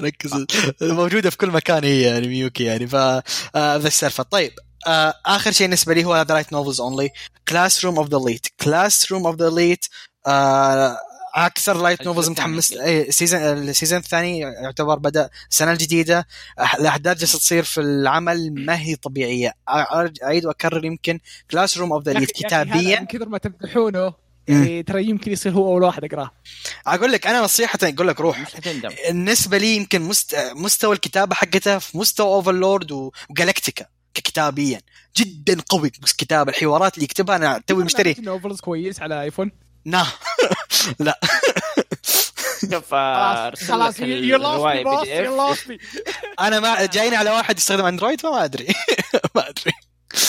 B: ركزوا موجوده في كل مكان هي يعني ميوكي يعني ف ذا السالفه طيب آه اخر شيء بالنسبه لي هو ذا رايت نوفلز اونلي كلاس روم اوف ذا ليت كلاس روم اوف ذا ليت اكثر لايت آه، نوفلز متحمس إيه، سيزون السيزون الثاني يعتبر بدا السنه الجديده الاحداث جالسه تصير في العمل ما هي طبيعيه اعيد واكرر يمكن كلاس روم اوف ذا ليد كتابيا
A: يعني من كثر ما تمدحونه يعني ترى يمكن يصير هو اول واحد اقراه
B: اقول لك انا نصيحه اقول لك روح بالنسبه لي يمكن مست... مستوى الكتابه حقتها في مستوى اوفرلورد و... وجالكتيكا ككتابيا جدا قوي كتاب الحوارات اللي يكتبها انا توي مشتري
A: نوفلز كويس على ايفون
B: نا لا
C: شوف آه، خلاص
A: يلاصني يلاصني
B: انا ما جايني على واحد يستخدم اندرويد فما ادري ما ادري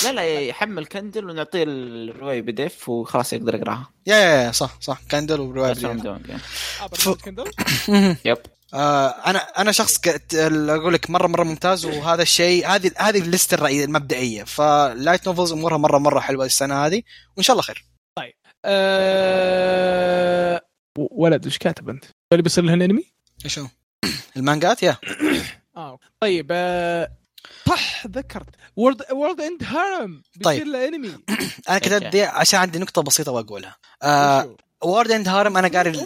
C: لا لا يحمل كندل ونعطيه الروايه بي دي اف وخلاص يقدر يقراها
B: يا يا صح صح كندل وروايه
C: بي
A: آه، كندل
C: يب
B: آه انا انا شخص اقول لك مره مره ممتاز وهذا الشيء هذه هذه الليسته الرئيسيه المبدئيه فلايت نوفلز امورها مره مره حلوه السنه هذه وان شاء الله خير
A: طيب أه... ولد ايش كاتب انت؟ اللي بيصير لهن انمي؟
B: ايش هو؟ المانجات يا
A: اه طيب أه... صح ذكرت وورد وورد اند هارم
B: طيب.
A: بيصير له انمي
B: انا كتبت دي عشان عندي نقطه بسيطه بقولها آه... وورد اند هارم انا قاري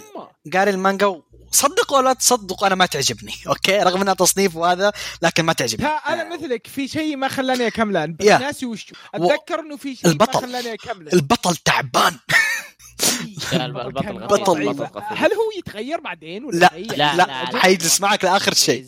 B: قاري المانجا صدق ولا تصدق انا ما تعجبني اوكي رغم انها تصنيف وهذا لكن ما تعجبني
A: انا مثلك في شيء ما خلاني اكمله ناسي وش اتذكر انه في شيء
B: البطل.
A: ما خلاني اكمله
B: البطل تعبان
C: البطل
A: هل هو يتغير بعدين ولا إيه؟ يعني
B: لا
A: يتغير؟
B: لا, لا حيجلس معك لاخر شيء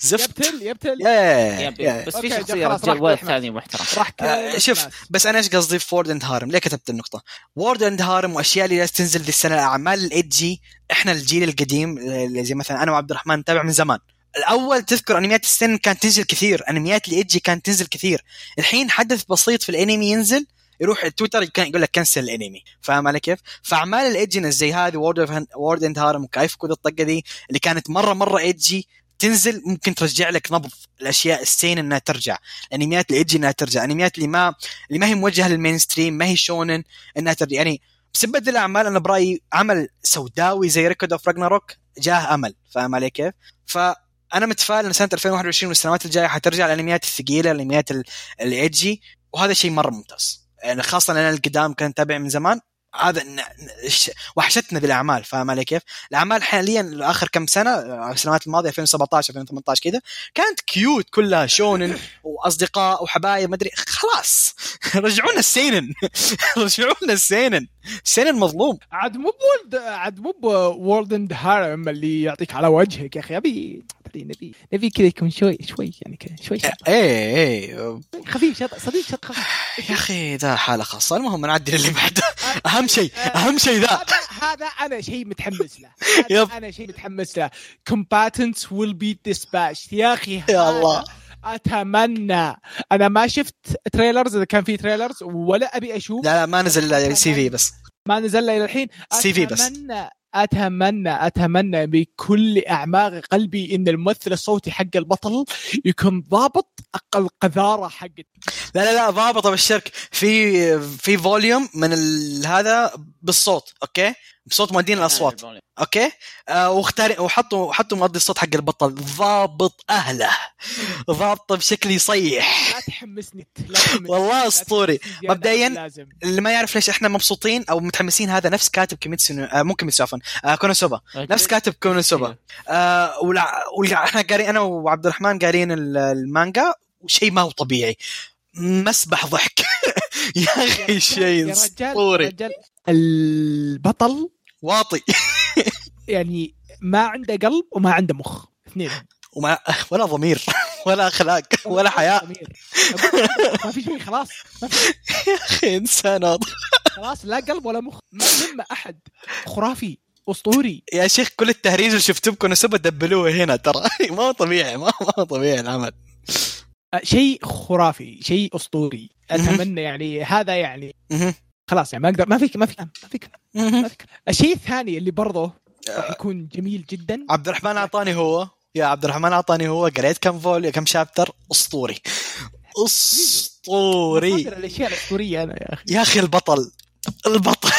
B: زفت
A: يبتل يبتل
B: إيه. يا
C: يا بس في شخصيه رجال ثاني محترم
A: راح
B: آه، شوف بس انا ايش قصدي في وورد اند هارم ليه كتبت النقطه وورد اند هارم واشياء اللي جالسه تنزل ذي السنه اعمال الايدجي احنا الجيل القديم اللي زي مثلا انا وعبد الرحمن نتابع من زمان الاول تذكر انميات السن كانت تنزل كثير انميات الايدجي كانت تنزل كثير الحين حدث بسيط في الانمي ينزل يروح التويتر كان يقول لك كنسل الانمي فاهم علي كيف؟ فاعمال الايدجنس زي هذه وورد وورد اند هارم وكايفكو الطقه دي اللي كانت مره مره ايدجي تنزل ممكن ترجع لك نبض الاشياء السين انها ترجع الانميات اللي ايدجي انها ترجع الانميات اللي ما اللي ما هي موجهه للمين ستريم ما هي شونن انها ترجع يعني بسبب ذي الاعمال انا برايي عمل سوداوي زي ريكورد اوف راجناروك جاه امل فاهم علي كيف؟ ف انا متفائل ان سنه 2021 والسنوات الجايه حترجع الانميات الثقيله الانميات الايدجي وهذا شيء مره ممتاز يعني خاصه انا القدام كان اتابع من زمان هذا ن- ن- ش- وحشتنا ذي الاعمال فاهم علي كيف؟ الاعمال حاليا اخر كم سنه آه، السنوات الماضيه 2017 2018 كذا كانت كيوت كلها شونن واصدقاء وحبايب ما ادري خلاص رجعونا السينن رجعونا السينن السينن مظلوم
A: عاد مو بولد عاد مو بولد اند هارم اللي يعطيك على وجهك يا اخي ابي أبي- نبي نبي كذا يكون شوي شوي يعني كذا شوي شاطئ.
B: ايه ايه
A: خفيف شاطئ صديق شاطئ خفيف
B: يا اخي ذا حاله خاصه المهم نعدي للي بعده اهم شيء اهم شيء ذا
A: هذا هذا انا شيء متحمس له هذا
B: يب.
A: انا شيء متحمس له combatants will be dispatched يا اخي
B: يا
A: هذا
B: الله.
A: اتمنى انا ما شفت تريلرز اذا كان في تريلرز ولا ابي اشوف
B: لا لا ما نزل سي في بس
A: ما نزل له الى الحين
B: CV بس.
A: اتمنى اتمنى اتمنى بكل اعماق قلبي ان الممثل الصوتي حق البطل يكون ضابط اقل قذاره حقته
B: لا لا لا ضابطه بالشرك في في فوليوم من ال- هذا بالصوت اوكي بصوت مؤدين الاصوات اوكي آه واختار وحطوا حطوا مؤدي الصوت حق البطل ضابط اهله ضابطه بشكل يصيح
A: لا تحمسني لا تحمسني.
B: والله
A: لا
B: أسطوري.
A: تحمسني زيادة عن
B: مبدئياً-
A: اللازم.
B: اللي ما يعرف ليش احنا مبسوطين او متحمسين هذا نفس كاتب كيميتسو آه مو كيميتسو عفوا آه كونوسوبا نفس كاتب كونوسوبا آه والع... والع... احنا قارين انا وعبد الرحمن قارين ال- المانجا وشيء ما هو طبيعي مسبح ضحك يا اخي شيء
A: يا رجال- يا
B: اسطوري
A: رجال البطل
B: واطي
A: يعني ما عنده قلب وما عنده مخ اثنين
B: وما ولا ضمير ولا اخلاق ولا حياء
A: ضمير. أقول- ما في شيء خلاص
B: اخي انسان واطي.
A: خلاص لا قلب ولا مخ ما يهم احد خرافي اسطوري
B: يا شيخ كل التهريج اللي شفتوه بكونوسوبا دبلوه هنا ترى ما هو طبيعي ما ما هو طبيعي العمل
A: أه، شيء خرافي شيء اسطوري اتمنى يعني هذا يعني
B: مهم.
A: خلاص يعني ما اقدر ما فيك ما فيك ما فيك
B: مهم.
A: الشيء الثاني اللي برضه راح يكون جميل جدا
B: عبد الرحمن اعطاني هو يا عبد الرحمن اعطاني هو قريت كم فول كم شابتر اسطوري اسطوري
A: مصادر الاشياء الاسطوريه انا يا اخي
B: يا اخي البطل البطل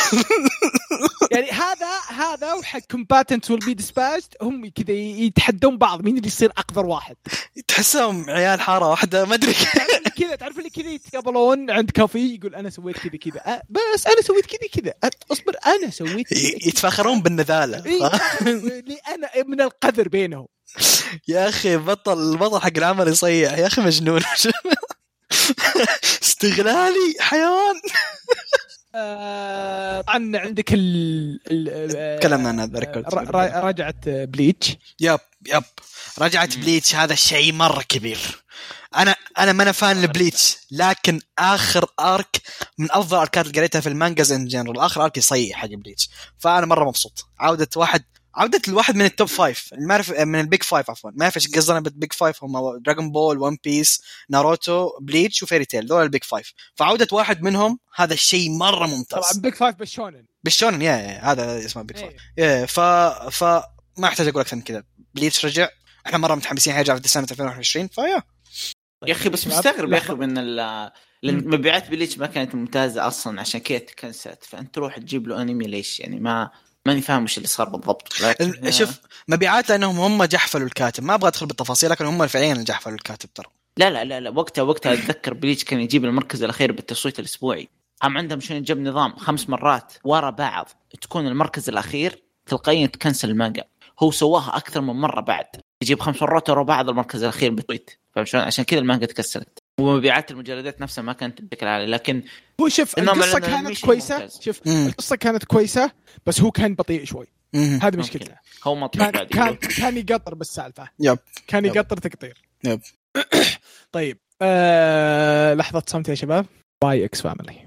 A: يعني هذا هذا وحق كومباتنت ويل بي ديسباتشد هم كذا يتحدون بعض مين اللي يصير اقذر واحد
B: تحسهم عيال حاره واحده ما ادري كيف.
A: تعرف اللي كذا تعرف اللي كذا يتقابلون عند كافي يقول انا سويت كذا كذا أه، بس انا سويت كذا كذا أه، اصبر انا سويت كذا
B: ي-
A: كذا.
B: يتفاخرون بالنذاله
A: إيه، اللي انا من القذر بينهم
B: يا اخي بطل البطل حق العمل يصيح يا اخي مجنون استغلالي حيوان
A: آه، طبعا عندك ال ال- آه،
B: تكلمنا عن
A: ر-
B: هذا ريكورد
A: ر- رجعت بليتش
B: يب يب رجعت بليتش هذا شيء مره كبير انا انا ما انا فان لبليتش لكن اخر ارك من افضل الاركات اللي قريتها في المانجاز ان جنرال اخر ارك يصيح حق بليتش فانا مره مبسوط عوده واحد عودة الواحد من التوب فايف اللي ما اعرف من البيج فايف عفوا ما اعرف ايش قصدي انا بالبيج فايف هم دراجون بول ون بيس ناروتو بليتش وفيري تيل دول البيج فايف فعودة واحد منهم هذا الشيء مرة
A: طبعا
B: ممتاز
A: بيك فايف بالشونن
B: بالشونن يا, يا هذا اسمه بيج فايف
A: إيه.
B: ايه ف ف ما احتاج اقول اكثر من كذا بليتش رجع احنا مره متحمسين حيرجع في سنه 2021 فيا
C: يا اخي بس
A: شباب،
C: مستغرب يا
A: لحظة.
C: اخي من ال لأن مبيعات بليتش ما كانت ممتازه اصلا عشان كذا تكنسلت فانت تروح تجيب له انمي ليش يعني ما ماني فاهم وش اللي صار بالضبط لكن-
B: ال- شوف مبيعات لانهم هم جحفلوا الكاتب ما ابغى ادخل بالتفاصيل لكن هم فعليا اللي جحفلوا الكاتب ترى
C: لا لا لا لا وقتها وقتها اتذكر بليتش كان يجيب المركز الاخير بالتصويت الاسبوعي هم عندهم شنو جاب نظام خمس مرات ورا بعض تكون المركز الاخير تلقائيا تكنسل المانجا هو سواها اكثر من مره بعد يجيب خمس مرات ورا بعض المركز الاخير بالتويت فاهم شلون عشان كذا المانجا تكسرت ومبيعات المجلدات نفسها ما كانت بشكل عالي لكن
A: هو شوف
C: إنهم
A: القصه
C: إنهم
A: كانت
C: مش
A: كويسه
C: ممتاز.
A: شوف
B: مم.
A: القصه كانت كويسه بس هو كان بطيء شوي
B: مهم.
A: هذه
C: ممكن.
A: مشكلته
C: هو مطلوب
A: كان
C: بعد
A: كان كان يقطر بالسالفه
B: يب
A: كان
B: يب.
A: يقطر تقطير
B: يب.
A: طيب آه لحظه صمت يا شباب باي اكس فاميلي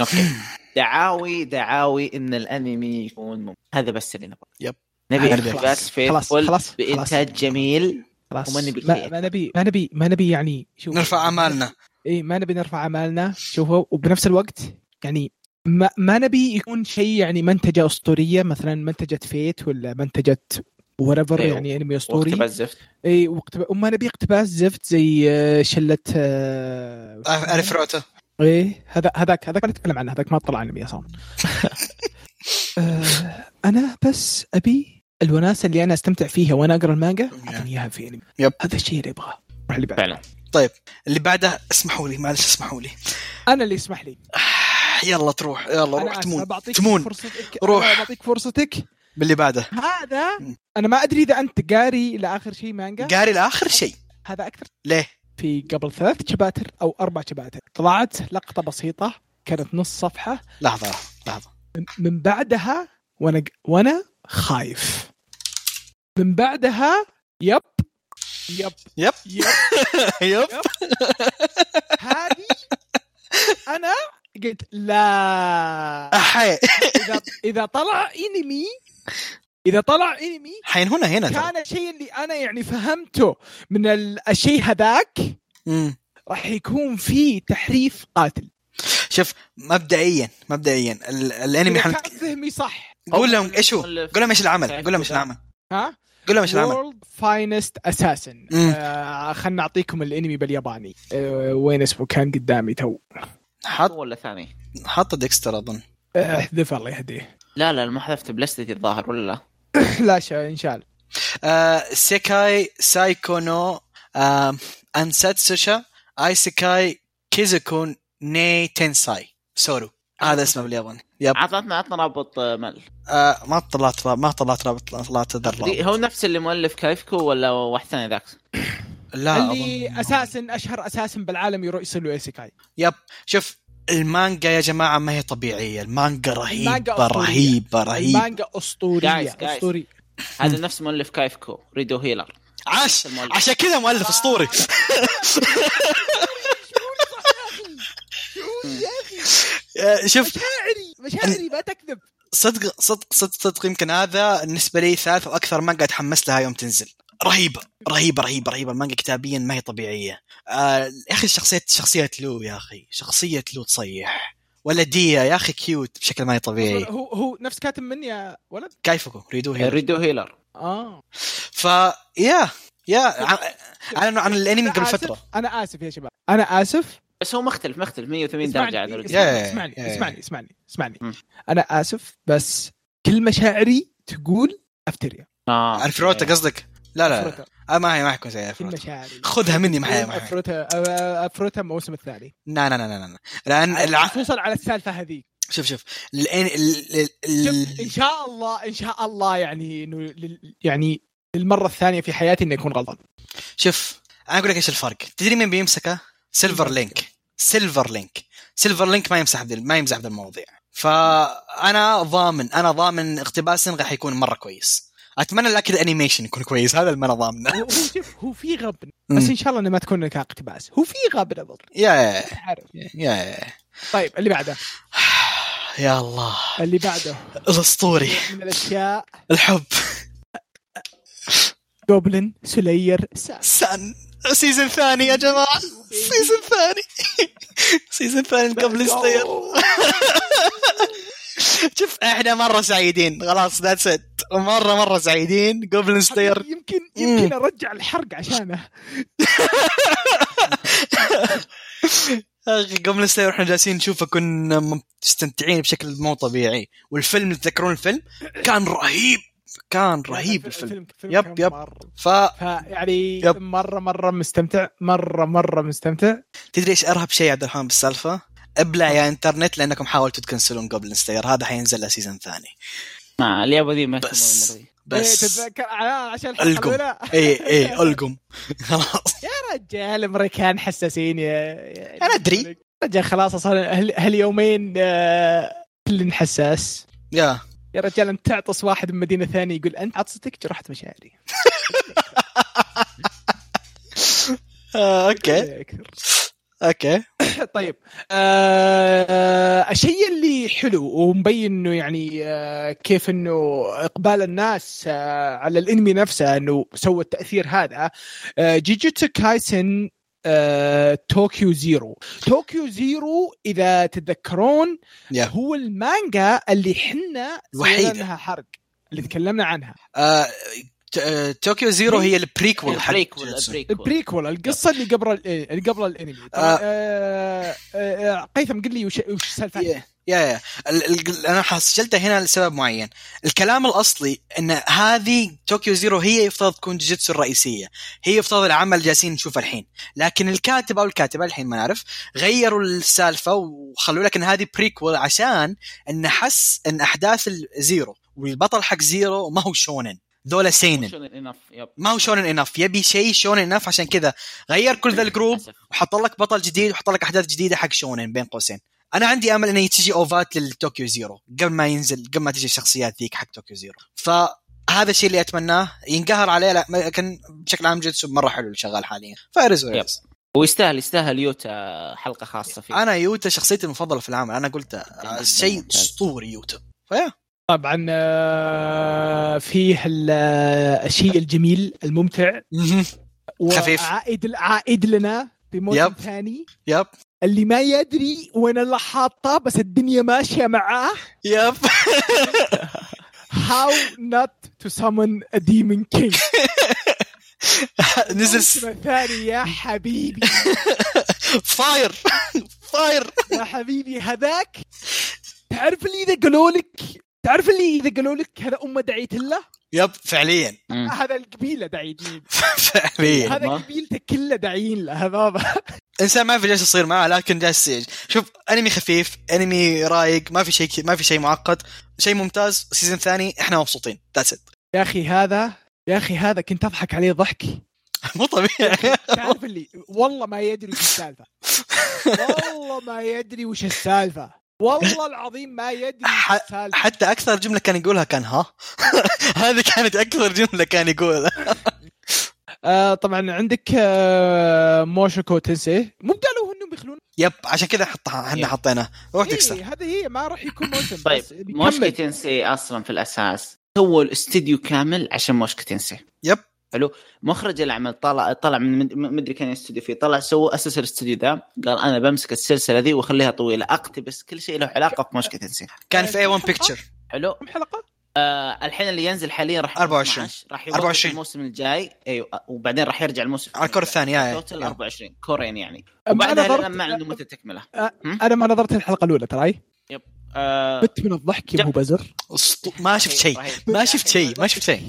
C: اوكي دعاوي دعاوي ان الانمي يكون ممتاز هذا بس اللي نبغاه
B: يب.
C: نبي
B: خلاص،
C: اقتباس
A: خلاص، خلاص،
C: فيثفول
A: خلاص.
C: بانتاج جميل
A: خلاص
C: وما نبي شيء
A: ما,
C: أكثر.
A: ما نبي ما نبي ما نبي يعني شوف
B: نرفع امالنا
A: اي ما نبي نرفع اعمالنا شوفوا وبنفس الوقت يعني ما ما نبي يكون شيء يعني منتجه اسطوريه مثلا منتجه فيت ولا منتجه وريفر
C: إيه،
A: يعني انمي اسطوري
C: واقتباس زفت
A: اي واقتب- وما نبي اقتباس زفت زي آه، شله آه،
B: اعرف روتا
A: ايه هذا هذاك هذاك ما نتكلم عنه هذاك ما طلع انمي اصلا آه، انا بس ابي الوناسه اللي انا استمتع فيها وانا اقرا المانجا اعطيني اياها في انمي
B: يب.
A: هذا الشيء اللي ابغاه روح اللي بعده
C: فعلا
B: طيب اللي بعده اسمحوا لي معلش اسمحوا لي
A: انا اللي اسمح لي
B: يلا تروح يلا
A: انا
B: روح
A: آسف،
B: تمون
A: بعطيك
B: تمون.
A: فرصتك
B: روح.
A: روح بعطيك فرصتك
B: باللي بعده
A: هذا
B: م.
A: انا ما ادري اذا انت قاري لاخر شيء مانجا
B: قاري لاخر شيء
A: هذا اكثر
B: ليه؟
A: في قبل ثلاث شباتر او اربع شباتر طلعت لقطه بسيطه كانت نص صفحه
B: لحظه لحظه
A: من- من بعدها وانا وانا خايف من بعدها يب يب
B: يب
A: يب
B: يب
A: هذه انا قلت لا
B: أحي.
A: اذا اذا طلع انمي اذا طلع انمي
B: حينهونها هنا ترى
A: كان الشيء اللي انا يعني فهمته من ال- الشيء هذاك
B: مم.
A: راح يكون فيه تحريف قاتل
B: شوف مبدئيا مبدئيا ال- الانمي
A: إذا
B: حن...
A: كان فهمي صح
B: قول لهم ايش هو قول لهم ايش العمل
C: تعرف
B: قول لهم ايش
C: كذا.
B: العمل
A: ها
B: قول لهم ايش العمل
A: وورلد فاينست اساسن
B: مم.
A: آه خلنا نعطيكم الانمي بالياباني آه وين اسمه كان قدامي تو
B: حط
C: ولا ثاني
B: حط ديكستر اظن
A: آه، احذف الله يهديه
C: لا لا ما حذفت بلاستيك الظاهر ولا لا
A: لا شا انشال
B: آه، سيكاي سايكونو آه، انساتسوشا ايسيكاي كيزوكون ني تنساي سورو هذا اسمه بالياباني يب
C: عطنا عطنا رابط آه، مال
B: آه، ما طلعت راب- ما طلعت رابط طلعت ذا
C: دي-
B: الرابط
C: هو نفس اللي مؤلف كايفكو ولا واحد ثاني ذاك
B: لا
A: اللي
B: آه، أظن-
A: اساسا اشهر اساسا بالعالم يروح يصير له ايسيكاي
B: يب شوف المانجا يا جماعه ما هي طبيعيه المانجا
A: المانجا
B: رهيبه
A: أسطورية.
B: رهيبه رهيبه
A: المانجا اسطوريه
C: Guys, guys.
A: اسطوريه
C: هذا نفس مؤلف كايفكو ريدو هيلر
B: عاش
C: المؤلف.
B: عشان كذا مؤلف اسطوري
A: شعوري يا اخي
B: آه، شوف
A: مشاعري مشاعري ما تكذب
B: صدق صدق صدق صدق يمكن هذا بالنسبه لي ثالث واكثر مانجا اتحمس لها يوم تنزل رهيبه رهيبه رهيبه رهيبه المانجا كتابيا ما هي طبيعيه آه يا اخي شخصيه شخصيه لو يا اخي شخصيه لو تصيح ولا ديا يا اخي كيوت بشكل ما هي طبيعي
A: هو هو نفس كاتب مني يا ولد
B: كيفكم ريدو هير
C: ريدو هيلر
A: اه
B: ف يا يا عن عن, عن الانمي
A: أنا
B: قبل
A: آسف-
B: فتره
A: انا اسف يا شباب انا اسف
C: بس هو مختلف مختلف 180 درجه عن
A: اسمعني
C: ريدو
B: يا-
C: هيلر.
A: اسمعني اسمعني
B: يا- يا-
A: اسمعني اسمعني, اسمعني.
C: مم.
A: انا اسف بس كل مشاعري تقول افتريا
C: اه
B: الفروتا قصدك لا لا, لا.
A: افروتا
B: آه، ما هي ما حيكون زي
A: كل
B: الفروتا
A: مشاعري
B: خذها مني ما حي- ما حي-
A: افروتا افروتا الموسم الثاني
B: لا لا لا لا لا لان الع...
A: خصوصا على السالفه هذيك
B: شوف شوف الان ال... ال...
A: شوف،
B: ال...
A: ان شاء الله ان شاء الله يعني انه لل- يعني للمره الثانيه في حياتي اني اكون غلطان
B: شوف انا اقول لك ايش الفرق تدري مين بيمسكه سيلفر لينك سيلفر لينك سيلفر لينك ما يمسح بال- ما يمزح بالمواضيع فانا ضامن انا ضامن اقتباس راح يكون مره كويس اتمنى لكن الانيميشن يكون كويس هذا اللي انا ضامنه
A: هو هو شوف هو في غبن
B: مم.
A: بس ان شاء الله انه ما تكون لك اقتباس هو في غبن أظن.
B: يا يا
A: عارف
B: يا
A: طيب اللي بعده
B: يا الله
A: اللي بعده
B: الاسطوري
A: من الاشياء
B: الحب
A: جوبلن سلاير ساس
B: سن سيزون ثاني يا جماعه سيزون ثاني سيزون ثاني قبل ستير شوف احنا مره سعيدين خلاص ذاتس ات مره مره سعيدين قبل ستير
A: يمكن يمكن ارجع الحرق عشانه
B: اخي آه، قبل ستير احنا جالسين نشوفه كنا مستمتعين بشكل مو طبيعي والفيلم تذكرون الفيلم كان رهيب كان رهيب الفيلم يب،
A: كان
B: يب.
A: مرة.
B: فتدري
A: فيعني
B: يب.
A: مره مره مستمتع مره مره مستمتع
B: ايش ارهب شيء يا عبد الرحمن بالسالفه؟ ابلع يا انترنت لانكم حاولتوا تكنسلون قبل ستير هذا حينزل له سيزون ثاني
C: ما آه، اليابا دي ما
B: بس.
C: تكمل الماضي.
A: إيه،
B: بس
A: تتذكر آه، عشان الحلقة
B: ألقم.
A: الأولى.
B: اي اي القم خلاص
A: يا رجال الامريكان حساسين يا يا-
B: أنا أدري.
A: رجال خلاص صار هال- هاليومين آه، كل حساس
B: يا
A: يا رجال انت تعطس واحد من مدينه ثانيه يقول انت عطستك جرحت مشاعري
B: آه، اوكي اوكي
A: طيب آه، آه، الشيء اللي حلو ومبين انه يعني آه، كيف انه اقبال الناس آه، على الانمي نفسه انه سوى التاثير هذا آه، جيجوتسو كايسن آه، طوكيو زيرو طوكيو زيرو اذا تتذكرون
B: يا.
A: هو المانجا اللي حنا سوينا
B: الوحيدة.
A: لها حرق اللي تكلمنا عنها
B: آه، توكيو زيرو هي البريكول حق
C: البريكول
B: جوجوتسو.
C: البريكول
A: البريكول القصه اللي قبل ال- إيه، اللي قبل الانمي طبعاً، آه، آه، آه، قيثم قل لي وش وش السالفه
B: يا يا يا ال- ال- انا سجلتها هنا لسبب معين الكلام الاصلي ان هذه طوكيو زيرو هي يفترض تكون جوجيتسو الرئيسيه هي يفترض العمل اللي جالسين نشوفه الحين لكن الكاتب او الكاتبه الحين ما نعرف غيروا السالفه وخلوا لك ان هذه بريكول عشان ان حس ان احداث الزيرو والبطل حق زيرو ما هو شونن دولة سينن
C: شونن enough، يب.
B: ما هو شونن انف يبي شيء شونن انف عشان كذا غير كل ذا الجروب
C: للأسف.
B: وحط لك بطل جديد وحط لك احداث جديده حق شونن بين قوسين انا عندي امل انه تجي اوفات للتوكيو زيرو قبل ما ينزل قبل ما تجي الشخصيات ذيك حق توكيو زيرو فهذا الشيء اللي اتمناه ينقهر عليه لا لكن بشكل عام جيتسو مره حلو اللي شغال حاليا فارز
C: يب. ويستاهل يستاهل يوتا حلقه خاصه فيه
B: انا يوتا شخصيتي المفضله في العمل انا قلت آه، شيء
C: ممتاز.
B: اسطوري يوتا فيا
A: طبعا آه، فيه ال- آه، الشيء الجميل الممتع
B: مهم. خفيف.
A: وعائد عائد لنا بموسم
B: يب.
A: ثاني
B: يب
A: اللي ما يدري وين اللي حاطه بس الدنيا ماشيه معاه
B: يب
A: How not to summon a demon king
B: نزل
A: الموسم الثاني يا حبيبي
B: فاير فاير
A: يا حبيبي هذاك تعرف اللي اذا قالوا لك تعرف اللي اذا قالوا لك هذا امه دعيت له
B: يب فعليا
C: مم.
A: هذا القبيله دعيت له
B: فعليا
A: هذا
C: ما-
A: قبيلته كلها داعيين له هذا
B: انسان ما في جالس يصير معه لكن جالس يج- شوف انمي خفيف انمي رايق ما في شيء ك- ما في شيء معقد شيء ممتاز سيزون ثاني احنا مبسوطين ذاتس ات
A: يا اخي هذا يا اخي هذا كنت اضحك عليه ضحك
B: مو طبيعي
A: تعرف اللي والله ما يدري وش السالفه والله ما يدري وش السالفه والله العظيم ما يدري وش
B: ح-
A: السالفه
B: حتى اكثر جمله كان يقولها كان ها هذه كانت اكثر جمله كان يقولها
A: آه طبعا عندك آه موشكو تنسي مو قالوا انهم بيخلون
B: يب عشان كذا حطها احنا
C: يب.
B: حطيناه روح تكسر
A: إيه هذا هي ما راح يكون موسم
C: طيب
A: بس
C: موشكي
A: بيكمل.
C: تنسي اصلا في الاساس سووا الاستديو كامل عشان موشكي تنسي
B: يب.
C: حلو مخرج العمل طلع طلع من مد- مدري كان الاستوديو فيه طلع سووا اسس الاستوديو ذا قال انا بمسك السلسله ذي واخليها طويله اقتبس كل شيء له علاقه بموشكي تنسي
B: كان في اي 1 بيكتشر
C: حلو
A: كم حلقه؟
C: آه الحين اللي ينزل حاليا راح
B: 24.
C: 12 راح يوقف
B: 24.
C: الموسم الجاي ايوه وبعدين راح يرجع الموسم
B: على الكره الثانيه يا-
C: توتال
B: يا.
C: 24 كورين يعني
A: ما
C: وبعدها
A: نظرت-
C: الآن ما عنده متى تكمله
A: انا ما نظرت الحلقه الاولى تراي
C: آه
A: بت من الضحك يا
C: جم-
A: مو بزر
B: أسطو- ما
C: آه،
B: شفت شيء
C: رهيب.
B: ما شفت شيء ما شفت شيء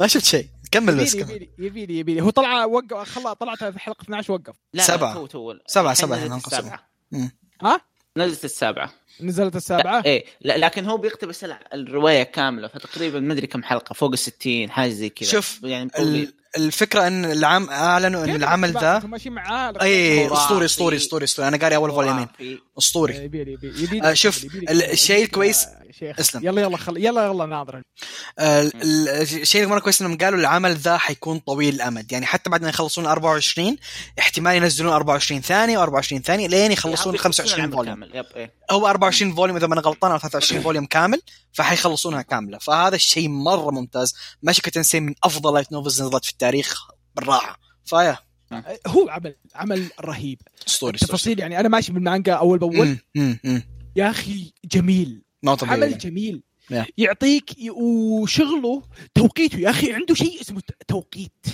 B: ما شفت شيء كمل بس كمل
A: يبيلي يبيلي يبيلي هو طلع وقف خلى طلعت في حلقه 12 وقف
C: لا، لا،
B: سبعة.
C: تو- تو-
B: سبعة،
C: الحين
B: سبعة،
C: نزلت
B: هنقص
C: السابعة.
B: سبعة. مم.
A: ها؟
C: نزلت السابعة
A: نزلت
C: لا
A: السابعه
C: ايه لا لكن هو بيقتبس الع- الرواية كاملة فتقريبا ما ادري كم حلقة فوق ال 60 حاجة زي كذا
B: شوف،
C: يعني
B: ال-
C: طويل.
B: الفكره ان العام اعلنوا ان
A: كيف
B: العمل
A: الأتباع؟
B: ذا
A: أنتم ماشيين معاه
B: اي
C: خرافي.
B: اسطوري اسطوري اسطوري اسطوري انا قاري اول فوليومين
C: خرافي.
B: اسطوري
C: Eh.
A: يبيلي يبيلي يبيلي
B: آه، شوف،
A: يبيلي-
B: ال-
A: يبيلي-
B: الشيء
A: يبيلي-
B: الكويس-
A: يا شيخ
B: اسلم.
A: يلا يلا خل... يلا يلا ناظر
B: آه، ال- الشيء اللي مره كويس انهم قالوا العمل ذا حيكون طويل الامد يعني حتى بعد ما يخلصون 24 احتمال ينزلون 24 ثانيه و24 ثانيه لين يخلصون
C: يخلصون
B: 25
C: العمل
B: فوليوم
C: كامل. يب ايه
B: هو 24 فوليوم اذا ما انا غلطان او 23 فوليوم كامل فحيخلصونها كامله فهذا الشيء مره ممتاز ماشيكا تنسي من افضل لايت نوفلز نزلت في التاريخ بالراحه فيا
A: آه، هو عمل عمل رهيب
B: اسطوري اسطوري
A: التفاصيل يعني انا ماشي بالمانجا اول باول
B: مم، مم، مم.
A: يا اخي جميل
B: ما طبيعي
A: عمل جميل
B: Yeah.
A: يعطيك ي- وشغله توقيته يا اخي عنده شيء اسمه ت- توقيت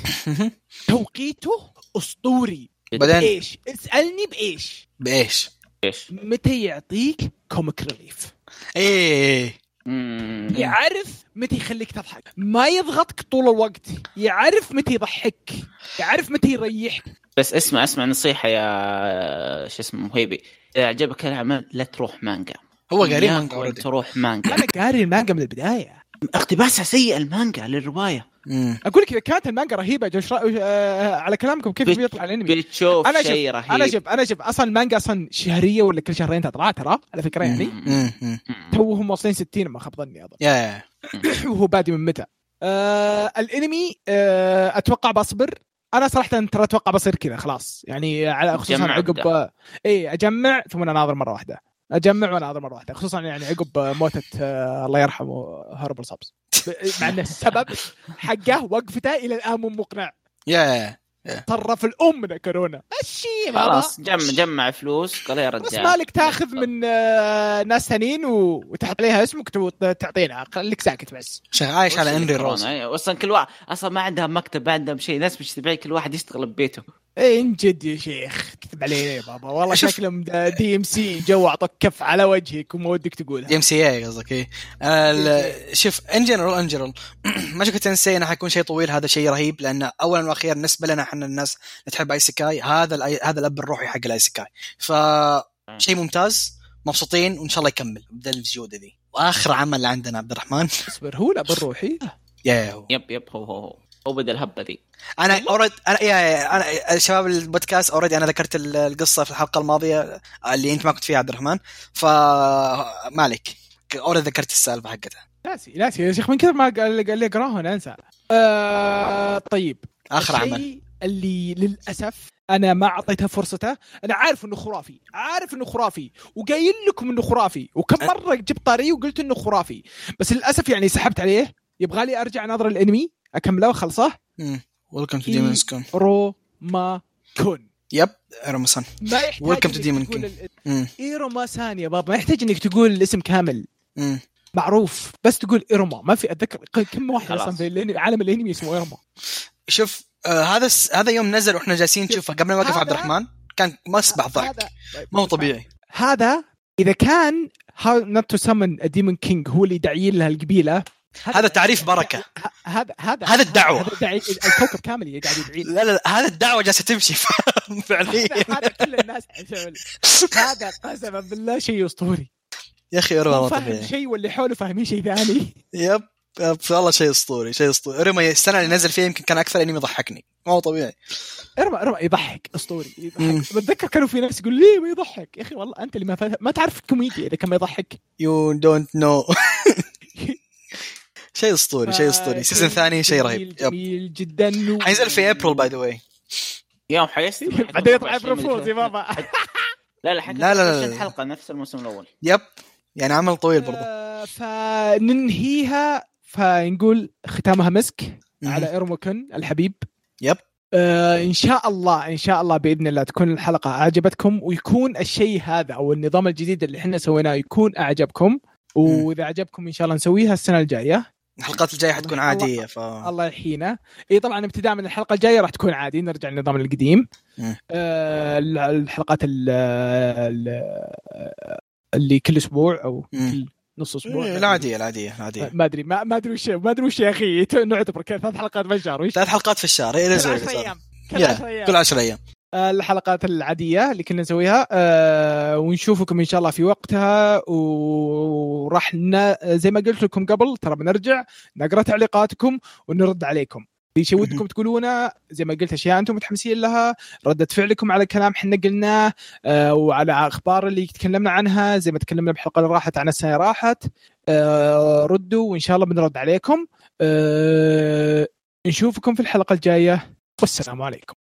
A: توقيته اسطوري
B: بعدين
A: ايش اسالني بايش
B: بايش؟
C: ايش
A: متى يعطيك كوميك ريليف
B: ايه
C: مم.
A: يعرف متى يخليك تضحك ما يضغطك طول الوقت يعرف متى يضحك يعرف متى يريحك
C: بس اسمع اسمع نصيحة يا شو اسمه مهيبي اذا عجبك العمل لا تروح مانجا
B: هو قاري
C: إياك
B: مانجا
C: ولا
B: already.
C: تروح مانجا
A: انا قاري المانجا من البدايه
C: اقتباسها سيء المانجا للرواية
B: مم.
A: اقول لك اذا كانت المانجا رهيبه جوش را... آه، على كلامكم كيف
C: بت-
A: بيطلع الانمي
C: بتشوف
A: أنا
C: شيء رهيب
A: انا شوف انا شوف اصلا المانجا اصلا شهريه ولا كل شهرين تطلع ترى على فكره يعني
B: مم، مم.
C: مم.
A: توهم واصلين 60 ما خاب ظني اظن
B: يا يا
A: وهو بادي من متى آه الانمي آه اتوقع بصبر انا صراحه ترى اتوقع بصير كذا خلاص يعني على خصوصا
C: جمع
A: عقب آه، اي اجمع ثم اناظر مره واحده اجمع واناظر مره واحده خصوصا يعني عقب آه، موتة آه الله يرحمه هربل صبس ب- مع ان السبب حقه وقفته الى الان مو مقنع
B: يا
A: طرف الام من كورونا مشي بابا
C: خلاص جمع جمع فلوس قال يا
A: بس
C: رجال
A: مالك تاخذ من آه، ناس ثانيين و- وتحط عليها اسمك وت- تعطينا خليك ساكت بس
B: شغال عايش على انري
C: كورونا،
B: روز
C: أيوة. اصلا كل واحد اصلا ما عندها مكتب ما عندهم شيء ناس مش تبيع كل واحد يشتغل ببيته
A: اي من جد إيه، يا شيخ كتب علينا يا بابا والله
B: شوف.
A: شكلهم دي ام سي جو اعطاك كف على وجهك وما ودك تقولها
B: ام سي اي قصدك ايه ال- شوف ان جنرال ان جنرال ماجيك تنسي انه حيكون شيء طويل هذا شيء رهيب لان اولا واخيرا بالنسبه لنا احنا الناس اللي تحب اي سكاي هذا الأي- هذا الاب الروحي حق الاي سكاي ف شيء ممتاز مبسوطين وان شاء الله يكمل بذا الجوده ذي واخر عمل عندنا عبد الرحمن
A: اصبر هو لا بالروحي
B: يا يا هو
C: يب يب هو هو هو هو بدا الهبه ذي
A: إيه؟
B: انا اوريد انا يا يا انا شباب البودكاست اوريدي انا ذكرت ال- القصه في الحلقه الماضيه اللي انت ما كنت فيها عبد الرحمن فما عليك اوريدي ذكرت السالفه حقتها
A: ناسي ناسي يا شيخ من كثر ما قال قال لي اقراها انا انسى آه طيب
B: اخر
A: الشيء
B: عمل
A: اللي للاسف انا ما اعطيتها فرصته انا عارف انه خرافي عارف انه خرافي وقايل لكم انه خرافي
B: أه.
A: وكم مره جبت طاري وقلت انه خرافي بس للاسف يعني سحبت عليه يبغى لي ارجع اناظر الانمي اكمله واخلصه
B: ويلكم تو
A: إي.
B: ديمونز كون
A: رو ما كون
B: يب رمسان
A: ما يحتاج
B: Welcome
A: إنك
B: to Demon
A: تقول
B: King.
A: ال-
B: امم
A: ايروما ثانيه بابا ما يحتاج انك تقول الاسم كامل
B: امم
A: معروف بس تقول ايروما ما في اتذكر ق- كم واحد
C: خلاص.
A: اصلا في الأنمي- عالم الانمي اسمه ايروما
B: شوف آه هذا الس... هذا يوم نزل واحنا جالسين نشوفه قبل ما يوقف
A: هذا-
B: عبد الرحمن كان مسبح ضحك
A: هذا-
B: ما هو طبيعي
A: هذا اذا كان هاو نوت تو سمن ديمون كينج هو اللي يدعي لها القبيله
B: هذا تعريف بركه
A: ه- هذا هذا
B: هذا الدعوة.
A: هذا دعي الكوكب كامل اللي قاعد يدعي له.
B: لا لا لا، هذا الدعوه جالسه تمشي فعليا
A: هذا هذا كل الناس عشان- هذا قسما بالله شيء اسطوري
B: يا اخي
A: هو
B: ايروما
A: فاهم
B: طبيعي
A: شيء واللي حوله فاهمين شيء ثاني
B: يب يب والله شيء اسطوري شيء اسطوري ايروما السنه اللي نزل فيها يمكن كان اكثر انمي ضحكني ما هو طبيعي
A: ارمى ارمى يضحك اسطوري
B: مم.
A: يضحك بتذكر كانوا في ناس يقول ليه ما يضحك يا اخي والله انت اللي ما فاهم ما تعرف كوميديا اذا كان ما يضحك
B: يو دونت نو شيء اسطوري شيء اسطوري سيزون ثاني شيء
A: آه، جميل-
B: رهيب يب
A: جميل جدا و-
B: حينزل في ابريل باي ذا واي
C: يوم حيسلم
A: بعدين يطلع بروفوز يا بابا
C: لا لا حتى
B: لا، لا، لا، لا.
C: حلقه نفس الموسم الاول
B: يب يعني عمل طويل برضه
A: آه، فننهيها فنقول ختامها مسك على ايرموكن الحبيب
B: يب.
A: آه ان شاء الله ان شاء الله باذن الله تكون الحلقه اعجبتكم ويكون الشيء هذا او النظام الجديد اللي احنا سويناه يكون اعجبكم واذا اعجبكم ان شاء الله نسويها السنه الجايه
B: الحلقات الجايه حتكون
A: الله-
B: عاديه ف
A: آه. الله يحيينا اي طبعا ابتداء من الحلقه الجايه راح تكون عادي نرجع للنظام القديم
B: مم.
A: آه ال- الحلقات ال- ال- اللي كل اسبوع او
B: مم.
A: كل نص اسبوع
B: إيه، العاديه العاديه العاديه
A: ما ادري ما ما ادري وش ما ادري وش يا اخي ت- نعتبر كذا ثلاث حلقات بالشهر وش
B: ثلاث حلقات في الشهر إيه،
A: كل
B: لازم
A: 10 ايام كل
B: يا،
A: 10 ايام
B: كل 10 ايام
A: آه، الحلقات العادية اللي كنا نسويها آه، ونشوفكم إن شاء الله في وقتها و- وراح ن... زي ما قلت لكم قبل ترى بنرجع نقرأ تعليقاتكم ونرد عليكم اللي شي ودكم تقولونه زي ما قلت اشياء انتم متحمسين لها ردة فعلكم على كلام حنا قلناه آه، وعلى اخبار اللي تكلمنا عنها زي ما تكلمنا بالحلقه اللي راحت عن السنه اللي راحت آه، ردوا وان شاء الله بنرد عليكم آه، نشوفكم في الحلقه الجايه والسلام عليكم